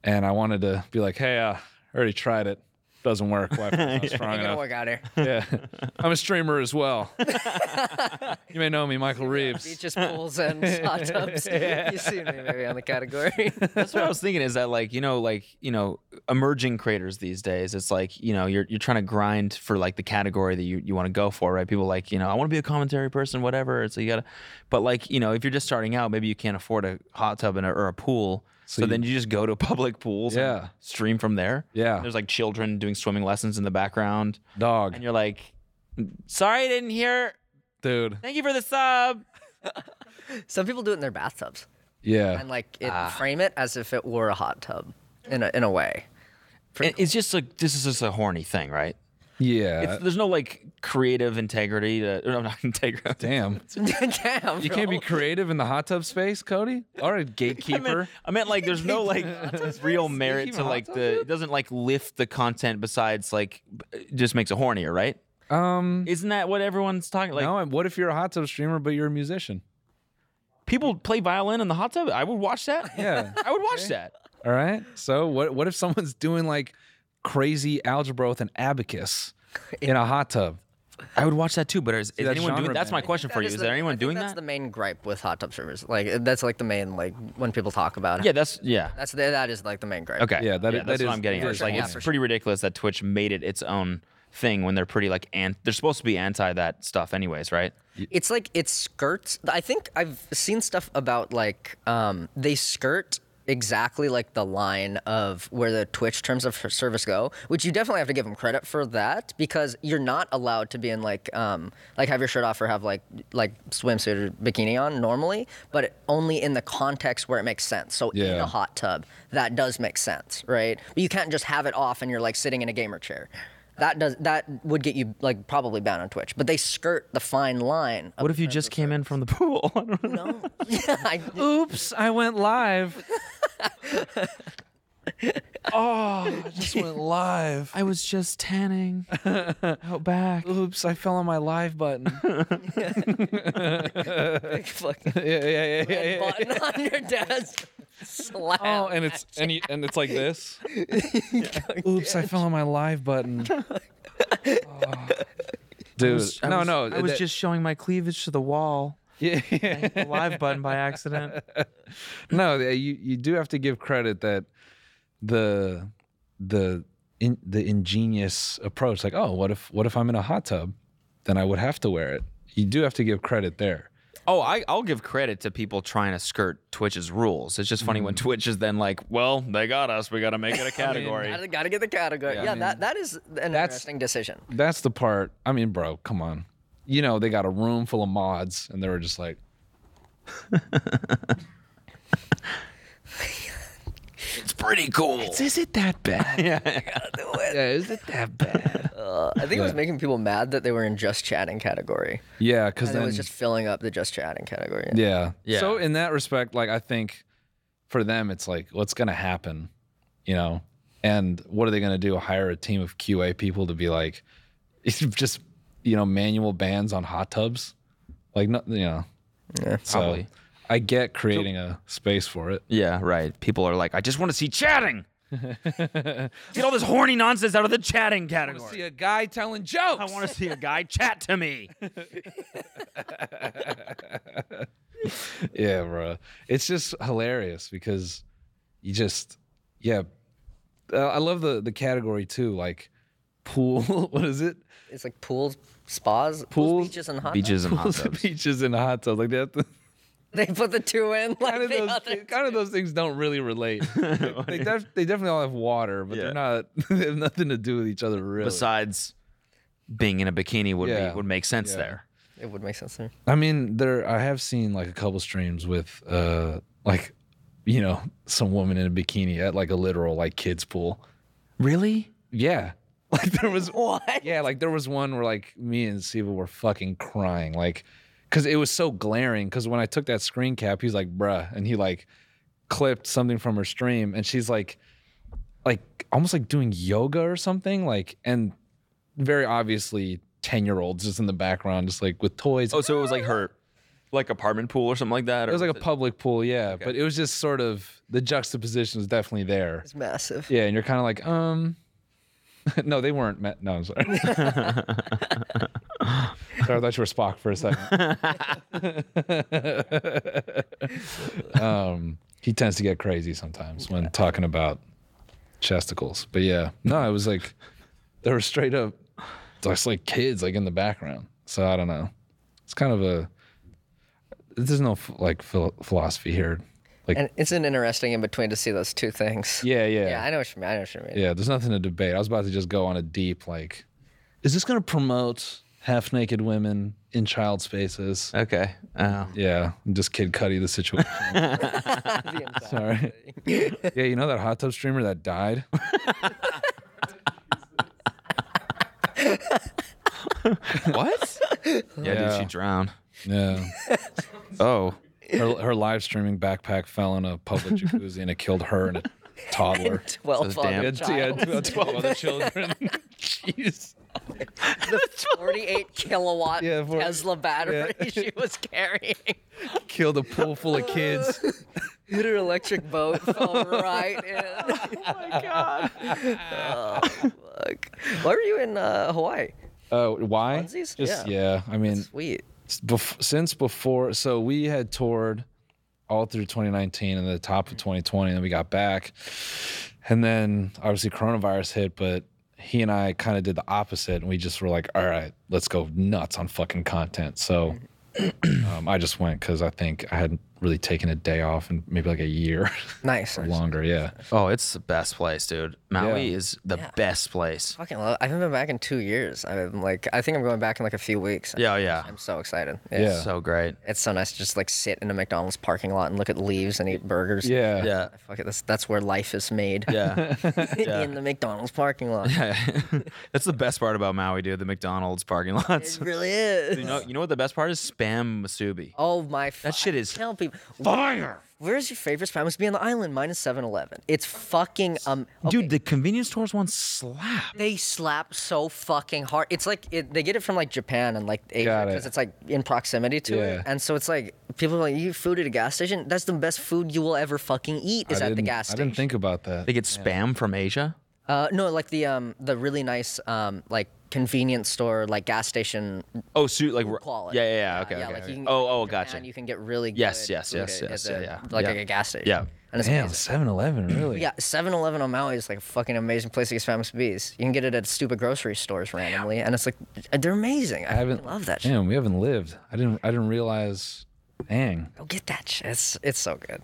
Speaker 1: And I wanted to be like, hey, uh, I already tried it. Doesn't work. Wi-Fi's not strong
Speaker 8: Ain't gonna
Speaker 1: enough.
Speaker 8: work out here.
Speaker 1: Yeah. I'm a streamer as well. you may know me, Michael Reeves.
Speaker 8: Beaches, pools, and hot tubs. You see me maybe on the category.
Speaker 2: That's what I was thinking. Is that like you know, like you know, emerging creators these days? It's like you know, you're you're trying to grind for like the category that you, you want to go for, right? People like you know, I want to be a commentary person, whatever. So you gotta, but like you know, if you're just starting out, maybe you can't afford a hot tub and a, or a pool. So, then you just go to public pools
Speaker 1: Yeah.
Speaker 2: and stream from there.
Speaker 1: Yeah.
Speaker 2: There's like children doing swimming lessons in the background.
Speaker 1: Dog,
Speaker 2: And you're like, sorry, I didn't hear.
Speaker 1: dude.
Speaker 2: Thank you for the sub.
Speaker 8: Some people do it in their bathtubs
Speaker 1: Yeah.
Speaker 8: and like it,
Speaker 2: Ah.
Speaker 8: frame it as if it were a hot tub, in a, in a way.
Speaker 2: And it's just like, this is just a horny thing, right?
Speaker 1: Yeah.
Speaker 2: It's, there's no like creative integrity to, no, not integrity.
Speaker 1: Damn.
Speaker 8: Damn,
Speaker 1: You can't be
Speaker 8: bro.
Speaker 1: creative in the hot tub space, Cody. All right,
Speaker 2: I
Speaker 1: gatekeeper.
Speaker 2: meant, I meant like there's no like real merit
Speaker 1: Speaking
Speaker 2: to
Speaker 1: of
Speaker 2: like
Speaker 1: hot
Speaker 2: the it doesn't like lift the content besides like it just makes it hornier, right?
Speaker 1: um.
Speaker 2: Isn't that what everyone's talking like
Speaker 1: no. What if you're a hot tub streamer but you're a musician?
Speaker 2: people play violin in the hot tub? I would watch that.
Speaker 1: Yeah.
Speaker 2: I would watch that.
Speaker 1: All right. So what? What if someone's doing like crazy algebra with an abacus in a hot tub?
Speaker 2: I would watch that too, but is, is
Speaker 1: that's
Speaker 2: anyone doing
Speaker 1: genre
Speaker 2: that's my
Speaker 1: bending.
Speaker 2: question for
Speaker 8: That
Speaker 2: you. Is
Speaker 8: the-
Speaker 2: there
Speaker 8: I
Speaker 2: anyone
Speaker 8: think
Speaker 2: doing
Speaker 8: That's
Speaker 2: that?
Speaker 8: the main gripe with hot tub servers. Like that's like the main like when people talk about it.
Speaker 2: yeah, that's yeah.
Speaker 8: that's the, that is like the main gripe.
Speaker 2: Okay.
Speaker 1: Yeah, that i-
Speaker 2: that's
Speaker 1: that
Speaker 2: what
Speaker 1: is
Speaker 2: I'm getting at.
Speaker 1: for
Speaker 2: It's like
Speaker 8: sure.
Speaker 2: it's
Speaker 8: Yeah, for
Speaker 2: pretty ridiculous that Twitch made it its own thing when they're pretty like and they're supposed to be anti that stuff anyways, right?
Speaker 8: It's like it skirts. I think I've seen stuff about like um, they skirt exactly like the line of where the Twitch terms of service go, which you definitely have to give them credit for that because you're not allowed to be in like um, like have your shirt off or have like like swimsuit or bikini on normally, but only in the context where it makes sense. So in
Speaker 1: Yeah.
Speaker 8: a hot tub, that does make sense, right? But you can't just have it off and you're like sitting in a gamer chair. That does that would get you like probably banned on Twitch, but they skirt the fine line. Of,
Speaker 2: What if you just came in from the pool? I don't know.
Speaker 8: no? yeah, I,
Speaker 1: Oops! I went live. oh, I just went live.
Speaker 2: I was just tanning out back.
Speaker 1: Oops! I fell on my live button. yeah,
Speaker 8: fucking
Speaker 1: yeah, yeah, yeah, yeah, yeah.
Speaker 8: button on your desk. Slap.
Speaker 1: Oh, and it's and, you, and it's like this. Oops! I fell on my live button. Oh. Dude, no, no,
Speaker 2: I was
Speaker 1: that-
Speaker 2: just showing my cleavage to the wall.
Speaker 1: yeah, yeah.
Speaker 2: the live button by accident.
Speaker 1: no th- you you do have to give credit that the the in, the ingenious approach like oh what if what if i'm in a hot tub then i would have to wear it you do have to give credit there
Speaker 2: Oh, I, I'll give credit to people trying to skirt Twitch's rules. It's just funny when Twitch is then like, "Well, they got us. We got to make it a category."
Speaker 8: Gotta, gotta get the category. Yeah, that that is an interesting decision.
Speaker 1: that's the part i mean bro come on you know they got a room full of mods and they were just like
Speaker 2: it's pretty cool.
Speaker 1: is it that bad yeah yeah is it that bad
Speaker 8: Uh, I think it was making people mad that they were in just chatting category.
Speaker 1: yeah because
Speaker 8: And it
Speaker 1: then
Speaker 8: was just filling up the just chatting category.
Speaker 1: Yeah.
Speaker 2: Yeah.
Speaker 1: So in that respect, like I think for them it's like what's gonna happen, you know? And what are they gonna do? Hire a team of QA people to be like just, you know, manual bans on hot tubs? Like no you know. Yeah,
Speaker 2: probably.
Speaker 1: I get creating a space for it.
Speaker 2: Yeah, right. People are like, "I just want to see chatting." Get all this horny nonsense out of the chatting category.
Speaker 1: a guy telling jokes.
Speaker 2: I want to see a guy chat to me.
Speaker 1: Yeah, bro. It's just hilarious because you just, yeah. Uh, I love the the category too, like pool. what is it?
Speaker 8: It's like pools, spas,
Speaker 1: Pools,
Speaker 8: pools beaches, and hot
Speaker 2: Beaches and hot
Speaker 1: Pools and
Speaker 2: tubs.
Speaker 1: beaches and hot tubs. Like that.
Speaker 8: They put the two in like
Speaker 1: Kind of
Speaker 8: the
Speaker 1: those,
Speaker 8: other.
Speaker 1: kind of those things don't really relate. they, def- they definitely all have water, but
Speaker 2: Yeah.
Speaker 1: they're not. They have nothing to do with each other, really.
Speaker 2: Besides, being in a bikini would
Speaker 1: Yeah.
Speaker 2: be would make sense
Speaker 1: Yeah.
Speaker 2: there.
Speaker 8: It would make sense there.
Speaker 1: I mean, there. I have seen like a couple streams with, uh, like, you know, some woman in a bikini at like a literal like kids pool.
Speaker 2: Really?
Speaker 1: Yeah. Like there was
Speaker 8: What?
Speaker 1: Yeah, like there was one where like me and Siva were fucking crying, like, cause it was so glaring. Cause when I took that screen cap, he's like, bruh, and he like clipped something from her stream, and she's like, like almost like doing yoga or something, like, and very obviously ten year olds just in the background, just like with toys.
Speaker 2: Oh, so it was like her, like apartment pool or something like that.
Speaker 1: it was like a public pool, yeah, but it was just sort of the juxtaposition was definitely there.
Speaker 8: It's massive.
Speaker 1: Yeah, and you're kind of like, um, no, they weren't met. No, I'm sorry. sorry, I thought you were Spock for a second. um, he tends to get crazy sometimes when talking about chesticles, but yeah, no, it was like they were straight up just like kids, like in the background. So I don't know. It's kind of a there's no like phil- philosophy here. Like,
Speaker 8: And it's an interesting in between to see those two things.
Speaker 1: yeah, yeah,
Speaker 8: I know what you mean. I know what you mean.
Speaker 1: Yeah, there's nothing to debate. I was about to just go on a deep like, is this going to promote half naked women in child spaces?
Speaker 2: Okay. Oh.
Speaker 1: Yeah, I'm just Kid Cudi the situation. Sorry. Yeah, you know that hot tub streamer that died?
Speaker 2: What? yeah, dude,
Speaker 1: Yeah.
Speaker 2: she drowned.
Speaker 1: Yeah.
Speaker 2: Oh.
Speaker 1: Her, her live streaming backpack fell in a public jacuzzi and it killed her and a toddler.
Speaker 8: Twelve
Speaker 2: So damn-
Speaker 8: other
Speaker 1: And yeah,
Speaker 8: child,
Speaker 1: tw- 12 other children. Jeez.
Speaker 8: forty-eight kilowatt
Speaker 1: Yeah, for-
Speaker 8: Tesla battery she was carrying.
Speaker 1: Killed a pool full of kids.
Speaker 8: Hit her electric boat fell right in. oh my god. Oh, fuck. Why were you in uh, Hawaii?
Speaker 1: Uh, why?
Speaker 8: Onesies?
Speaker 1: Just,
Speaker 8: Yeah.
Speaker 1: yeah. I mean,
Speaker 8: Sweet.
Speaker 1: s- bef- since before so we had toured all through 2019 and the top of 2020 and then we got back and then obviously coronavirus hit but he and i kind of did the opposite and we just were like all right let's go nuts on fucking content so um, i just went because i think i hadn't really taken a day off in maybe like a year
Speaker 8: Nice.
Speaker 1: or longer yeah
Speaker 2: Oh, it's the best place, dude. Maui is the best place.
Speaker 8: Fucking love. I haven't been back in two years. I'm like, I think I'm going back in like a few weeks.
Speaker 2: Yeah, yeah.
Speaker 8: I'm so excited.
Speaker 1: Yeah.
Speaker 2: So great.
Speaker 8: It's so nice to just like sit in a McDonald's parking lot and look at leaves and eat burgers.
Speaker 1: yeah
Speaker 2: Yeah.
Speaker 8: Fuck it. That's, that's where life is made.
Speaker 2: Yeah.
Speaker 8: in the McDonald's parking lot.
Speaker 2: That's the best part about Maui, dude. The McDonald's parking lots.
Speaker 8: It really is.
Speaker 2: You know, you know what the best part is? Spam masubi.
Speaker 8: Oh my! Fu-
Speaker 2: That shit is
Speaker 8: Tell people fire. Where's your favorite spot? It must be on the island. Mine is 7-Eleven. It's fucking um. okay,
Speaker 2: Dude, the convenience stores want slap.
Speaker 8: they slap so fucking hard. It's like it, they get it from like Japan and like Asia
Speaker 1: Got it.
Speaker 8: because it's like in proximity to
Speaker 1: Yeah.
Speaker 8: it, and so it's like people are like, "You eat food at a gas station? That's the best food you will ever fucking eat is
Speaker 1: I
Speaker 8: at the
Speaker 1: didn't-
Speaker 8: gas station."
Speaker 1: i didn't think about that
Speaker 2: They get spam from Asia.
Speaker 8: Uh, no, like the um the really nice um like convenience store like gas station
Speaker 2: Oh, suit like r-
Speaker 8: quality.
Speaker 2: Yeah, yeah, yeah. Okay,
Speaker 8: yeah,
Speaker 2: okay,
Speaker 8: like you
Speaker 2: okay.
Speaker 8: can get it
Speaker 2: oh, oh,
Speaker 8: from Japan,
Speaker 2: gotcha.
Speaker 8: You can get really good
Speaker 2: Yes, yes,
Speaker 8: food
Speaker 2: yes,
Speaker 8: at-
Speaker 2: yes,
Speaker 8: at the-
Speaker 2: yeah, yeah.
Speaker 8: Like
Speaker 2: Yeah.
Speaker 8: a gas station.
Speaker 2: Yeah.
Speaker 8: and it's
Speaker 1: damn
Speaker 8: amazing.
Speaker 1: 7-eleven really
Speaker 8: Yeah, 7-Eleven on Maui is like a fucking amazing place to get Spam bees. You can get it at stupid grocery stores randomly, and it's like uh, they're amazing. I,
Speaker 1: i haven't
Speaker 8: fucking love that. shit.
Speaker 1: damn we haven't lived i didn't i didn't realize dang
Speaker 8: Go get that shit. It's it's so good.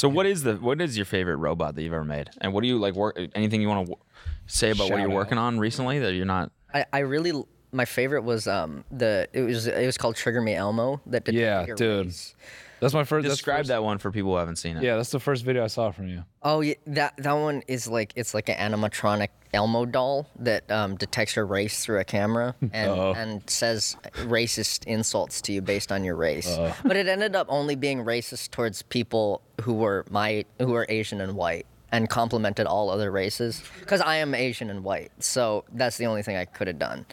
Speaker 2: So what is the what is your favorite robot that you've ever made? And what do you like work anything you want to w- say about what
Speaker 1: Shout
Speaker 2: you're
Speaker 1: out.
Speaker 2: working on recently that you're not
Speaker 8: I, I really l- my favorite was um the it was it was called Trigger Me Elmo that did
Speaker 1: yeah
Speaker 8: Trigger
Speaker 1: dude
Speaker 8: Rays.
Speaker 1: that's my first that's
Speaker 2: Describe
Speaker 1: first-
Speaker 2: that one for people who haven't seen it.
Speaker 1: Yeah, that's the first video I saw from you.
Speaker 8: Oh yeah, that that one is like it's like an animatronic Elmo doll that um, detects your race through a camera and
Speaker 1: Oh.
Speaker 8: and says racist insults to you based on your race.
Speaker 1: Oh.
Speaker 8: But it ended up only being racist towards people who were my who were Asian and white and complimented all other races because I am Asian and white. So that's the only thing I could have done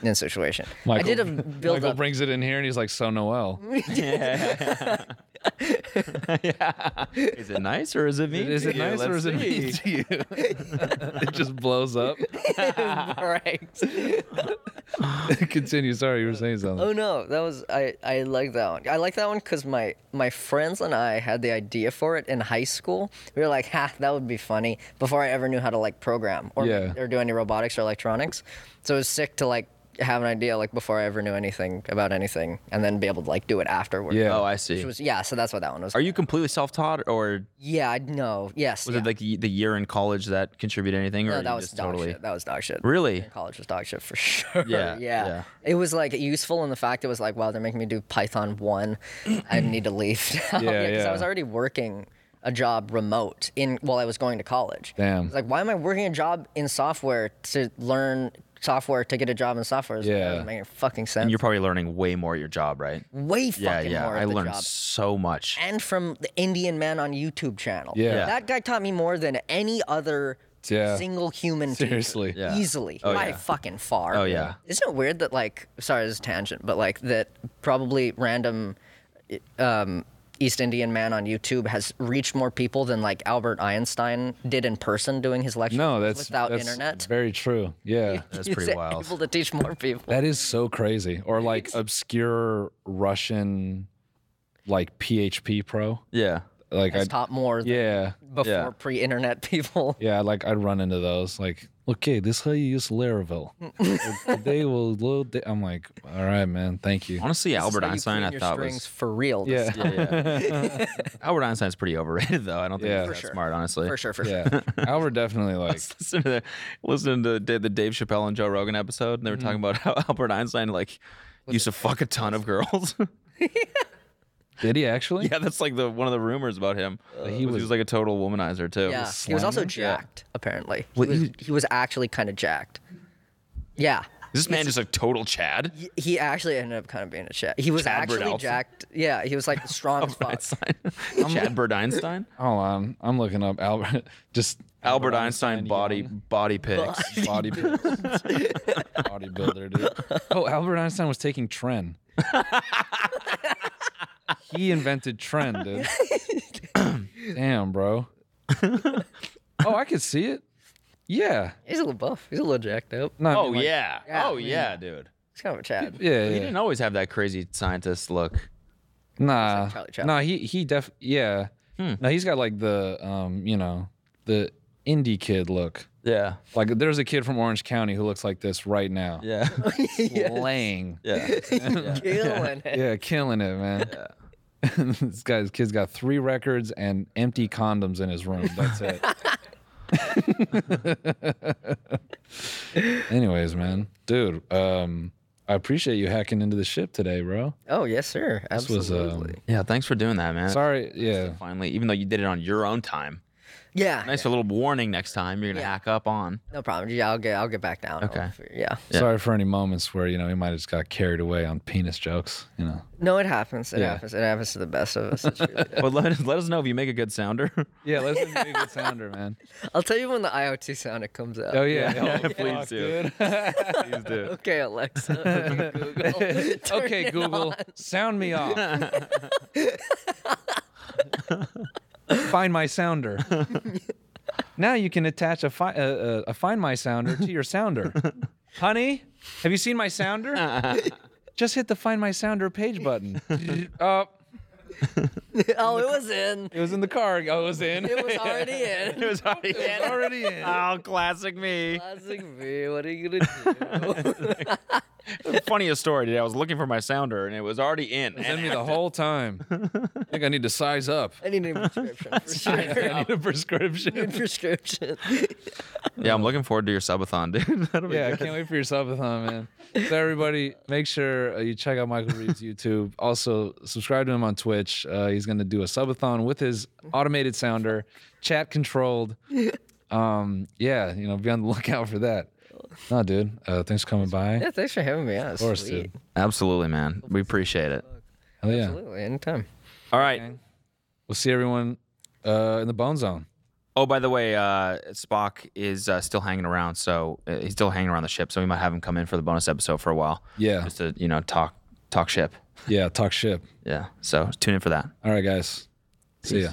Speaker 8: in this situation. I did a build
Speaker 1: Michael
Speaker 8: up.
Speaker 1: brings it in here and he's like, "So Noel,
Speaker 2: Is it nice or is it mean?
Speaker 1: is
Speaker 2: to
Speaker 1: it
Speaker 2: you?
Speaker 1: nice
Speaker 2: Let's
Speaker 1: or is it
Speaker 2: see.
Speaker 1: mean to you?" it just blows up.
Speaker 8: Right.
Speaker 1: Continue. Sorry, you were saying something.
Speaker 8: Oh no, that was I. I like that one. I like that one because my my friends and I had the idea for it in high school. We were like, "Ha, that would be funny." Before I ever knew how to like program or
Speaker 1: Yeah.
Speaker 8: or do any robotics or electronics, so it was sick to like have an idea like before I ever knew anything about anything, and then be able to like do it afterward.
Speaker 1: Yeah.
Speaker 2: Oh, I
Speaker 8: It
Speaker 2: see.
Speaker 8: was yeah. So that's what that one was.
Speaker 2: Are you completely self-taught or
Speaker 8: Yeah. I know. Yes.
Speaker 2: was
Speaker 8: yeah.
Speaker 2: it like the the year in college that contributed anything or
Speaker 8: No,
Speaker 2: you
Speaker 8: that was
Speaker 2: just
Speaker 8: dog
Speaker 2: totally
Speaker 8: shit. That was dog shit.
Speaker 2: Really?
Speaker 8: College was dog shit for sure.
Speaker 2: Yeah,
Speaker 8: Yeah,
Speaker 2: yeah.
Speaker 8: It was like useful in the fact it was like, wow, they're making me do Python one. I need to leave now.
Speaker 1: Yeah,
Speaker 8: Because
Speaker 1: yeah.
Speaker 8: I was already working a job remote in while I was going to college.
Speaker 1: Damn.
Speaker 8: It's like, why am I working a job in software to learn software to get a job in software? It's like,
Speaker 1: Yeah.
Speaker 8: That doesn't make fucking sense.
Speaker 2: And you're probably learning way more at your job, right?
Speaker 8: Way fucking
Speaker 2: Yeah, yeah.
Speaker 8: more at
Speaker 2: I
Speaker 8: the
Speaker 2: learned
Speaker 8: job
Speaker 2: so much.
Speaker 8: and from the Indian man on YouTube channel.
Speaker 1: Yeah. Yeah.
Speaker 8: That guy taught me more than any other
Speaker 1: Yeah.
Speaker 8: single human teacher.
Speaker 1: Seriously.
Speaker 2: Yeah.
Speaker 8: Easily.
Speaker 2: Oh,
Speaker 8: by
Speaker 2: yeah.
Speaker 8: fucking far.
Speaker 2: Oh, yeah.
Speaker 8: Isn't it weird that like sorry, this is a tangent, but like that probably random um East Indian man on YouTube has reached more people than like Albert Einstein did in person doing his lecture
Speaker 1: no, that's
Speaker 8: without
Speaker 1: that's
Speaker 8: internet.
Speaker 1: Very true. Yeah,
Speaker 2: That's
Speaker 8: He's
Speaker 2: pretty wild.
Speaker 8: Able to teach more people.
Speaker 1: that is so crazy. Or like obscure Russian, like PHP pro.
Speaker 2: Yeah.
Speaker 1: Like I,
Speaker 8: Has taught more than
Speaker 1: yeah,
Speaker 8: before pre-internet people.
Speaker 1: yeah. Like I'd run into those. Like okay, this is how you use Laravel. Today will load. The, I'm like, all right, man, thank you.
Speaker 2: Honestly,
Speaker 8: This is
Speaker 2: Albert
Speaker 8: how you
Speaker 2: Einstein,
Speaker 8: clean
Speaker 2: I
Speaker 8: your
Speaker 2: thought
Speaker 8: strings
Speaker 2: was
Speaker 8: for real. this
Speaker 1: Yeah.
Speaker 8: time.
Speaker 2: yeah, yeah. Albert Einstein's pretty overrated, though. I don't think
Speaker 1: Yeah.
Speaker 2: he's
Speaker 1: For
Speaker 2: that
Speaker 8: sure.
Speaker 2: smart, honestly.
Speaker 8: for sure, for sure.
Speaker 1: Yeah, Albert definitely like
Speaker 2: Listening to the, listening to Da- the Dave Chappelle and Joe Rogan episode, and they were talking about how Albert Einstein like used to fuck a ton of girls.
Speaker 1: did he actually?
Speaker 2: yeah, that's like the one of the rumors about him. he, was, he was like a total womanizer too.
Speaker 8: Yeah, he was also
Speaker 1: slimy?
Speaker 8: jacked. Apparently, he
Speaker 2: Well,
Speaker 8: was,
Speaker 2: you-
Speaker 8: he was actually kind of jacked. Yeah,
Speaker 2: Is this man just a total Chad?
Speaker 8: he, he actually ended up kind of being a shit. He was
Speaker 2: Chadbert
Speaker 8: actually
Speaker 2: Alpha.
Speaker 8: jacked. Yeah, he was like strong as fuck.
Speaker 2: Einstein. Chadbert Einstein.
Speaker 1: Hold on, I'm looking up Albert. Just
Speaker 2: Albert Einstein, body body pics.
Speaker 1: young, body bodybuilder, dude. Oh, Albert Einstein was taking Tren. he invented Tren, dude. Damn, bro. Oh, I could see it. Yeah,
Speaker 8: He's a little buff. He's a little jacked up.
Speaker 1: No, I
Speaker 2: Oh
Speaker 1: mean, like-
Speaker 2: yeah.
Speaker 8: Yeah,
Speaker 2: Oh
Speaker 8: I mean-
Speaker 2: yeah, dude.
Speaker 8: He's kind of a Chad.
Speaker 1: yeah,
Speaker 2: He
Speaker 1: yeah.
Speaker 2: didn't always have that crazy scientist look.
Speaker 1: Nah,
Speaker 8: Charlie Chaplin.
Speaker 1: nah. He he def yeah.
Speaker 2: Hmm.
Speaker 1: No, he's got like the um you know the indie kid look.
Speaker 2: Yeah.
Speaker 1: Like there's a kid from Orange County who looks like this right now.
Speaker 2: Yeah.
Speaker 1: Slaying.
Speaker 2: yeah.
Speaker 8: Killing it.
Speaker 1: Yeah, killing it, man. this guy's kid's got three records and empty condoms in his room. That's it. Anyways, man, dude, um, I appreciate you hacking into the ship today, bro.
Speaker 8: Oh yes, sir. Absolutely.
Speaker 1: was, um,
Speaker 2: Yeah. Thanks for doing that, man.
Speaker 1: Sorry, yeah,
Speaker 2: Finally, even though you did it on your own time.
Speaker 8: yeah.
Speaker 2: Nice a little warning next time you're gonna
Speaker 8: Yeah.
Speaker 2: hack up on.
Speaker 8: No problem. Yeah, I'll get I'll get back down. I'll
Speaker 2: Okay.
Speaker 8: figure- Yeah.
Speaker 1: sorry for any moments where you know we might have just got carried away on penis jokes. You know,
Speaker 8: No, it happens. It
Speaker 1: Yeah.
Speaker 8: happens. It happens to the best of us. It truly does.
Speaker 2: But let, let us know if you make a good sounder.
Speaker 1: yeah, let's make a good sounder, man.
Speaker 8: I'll tell you when the IoT sound it comes out.
Speaker 1: Oh yeah,
Speaker 2: Yeah,
Speaker 1: Oh,
Speaker 2: please
Speaker 1: fuck,
Speaker 2: do.
Speaker 1: dude.
Speaker 2: Please do.
Speaker 8: Okay, Alexa. Okay, Google. Turn
Speaker 1: okay,
Speaker 8: it
Speaker 1: Google, sound me off. find my sounder. now you can attach a, fi- a, a, a find my sounder to your sounder. Honey, have you seen my sounder? Just hit the find my sounder page button. oh,
Speaker 8: on. Oh, it was in.
Speaker 1: it was in the car. Oh, it was in.
Speaker 8: It was already in.
Speaker 2: It was already in.
Speaker 1: already in.
Speaker 2: Oh, classic me.
Speaker 8: Classic me. What are you gonna do?
Speaker 2: Funniest story today. I was looking for my sounder and it was already in.
Speaker 1: Send me the whole time. I think I need to size up.
Speaker 8: I need a prescription. For sure.
Speaker 1: I need a prescription.
Speaker 8: prescription.
Speaker 2: Yeah, I'm looking forward to your subathon, dude.
Speaker 8: Oh
Speaker 2: That'll be
Speaker 1: Yeah, I
Speaker 2: good.
Speaker 1: can't wait for your subathon, man. So everybody, make sure uh, you check out Michael Reed's YouTube. Also, subscribe to him on Twitch. Uh, he's going to do a subathon with his automated sounder, chat controlled. Um, yeah, you know, be on the lookout for that. No, dude. Uh, thanks for coming by.
Speaker 8: Yeah, thanks for having me. Yeah, of
Speaker 1: course, dude.
Speaker 8: sweet.
Speaker 2: Absolutely, man. We appreciate it.
Speaker 1: Hell yeah.
Speaker 8: Absolutely, anytime.
Speaker 2: All right.
Speaker 1: We'll see everyone uh, in the Bone Zone.
Speaker 2: Oh, by the way, uh, Spock is uh, still hanging around, so uh, he's still hanging around the ship. So we might have him come in for the bonus episode for a while.
Speaker 1: Yeah.
Speaker 2: Just to you know talk talk ship.
Speaker 1: Yeah, talk ship.
Speaker 2: Yeah. So tune in for that.
Speaker 1: All right, guys. See ya.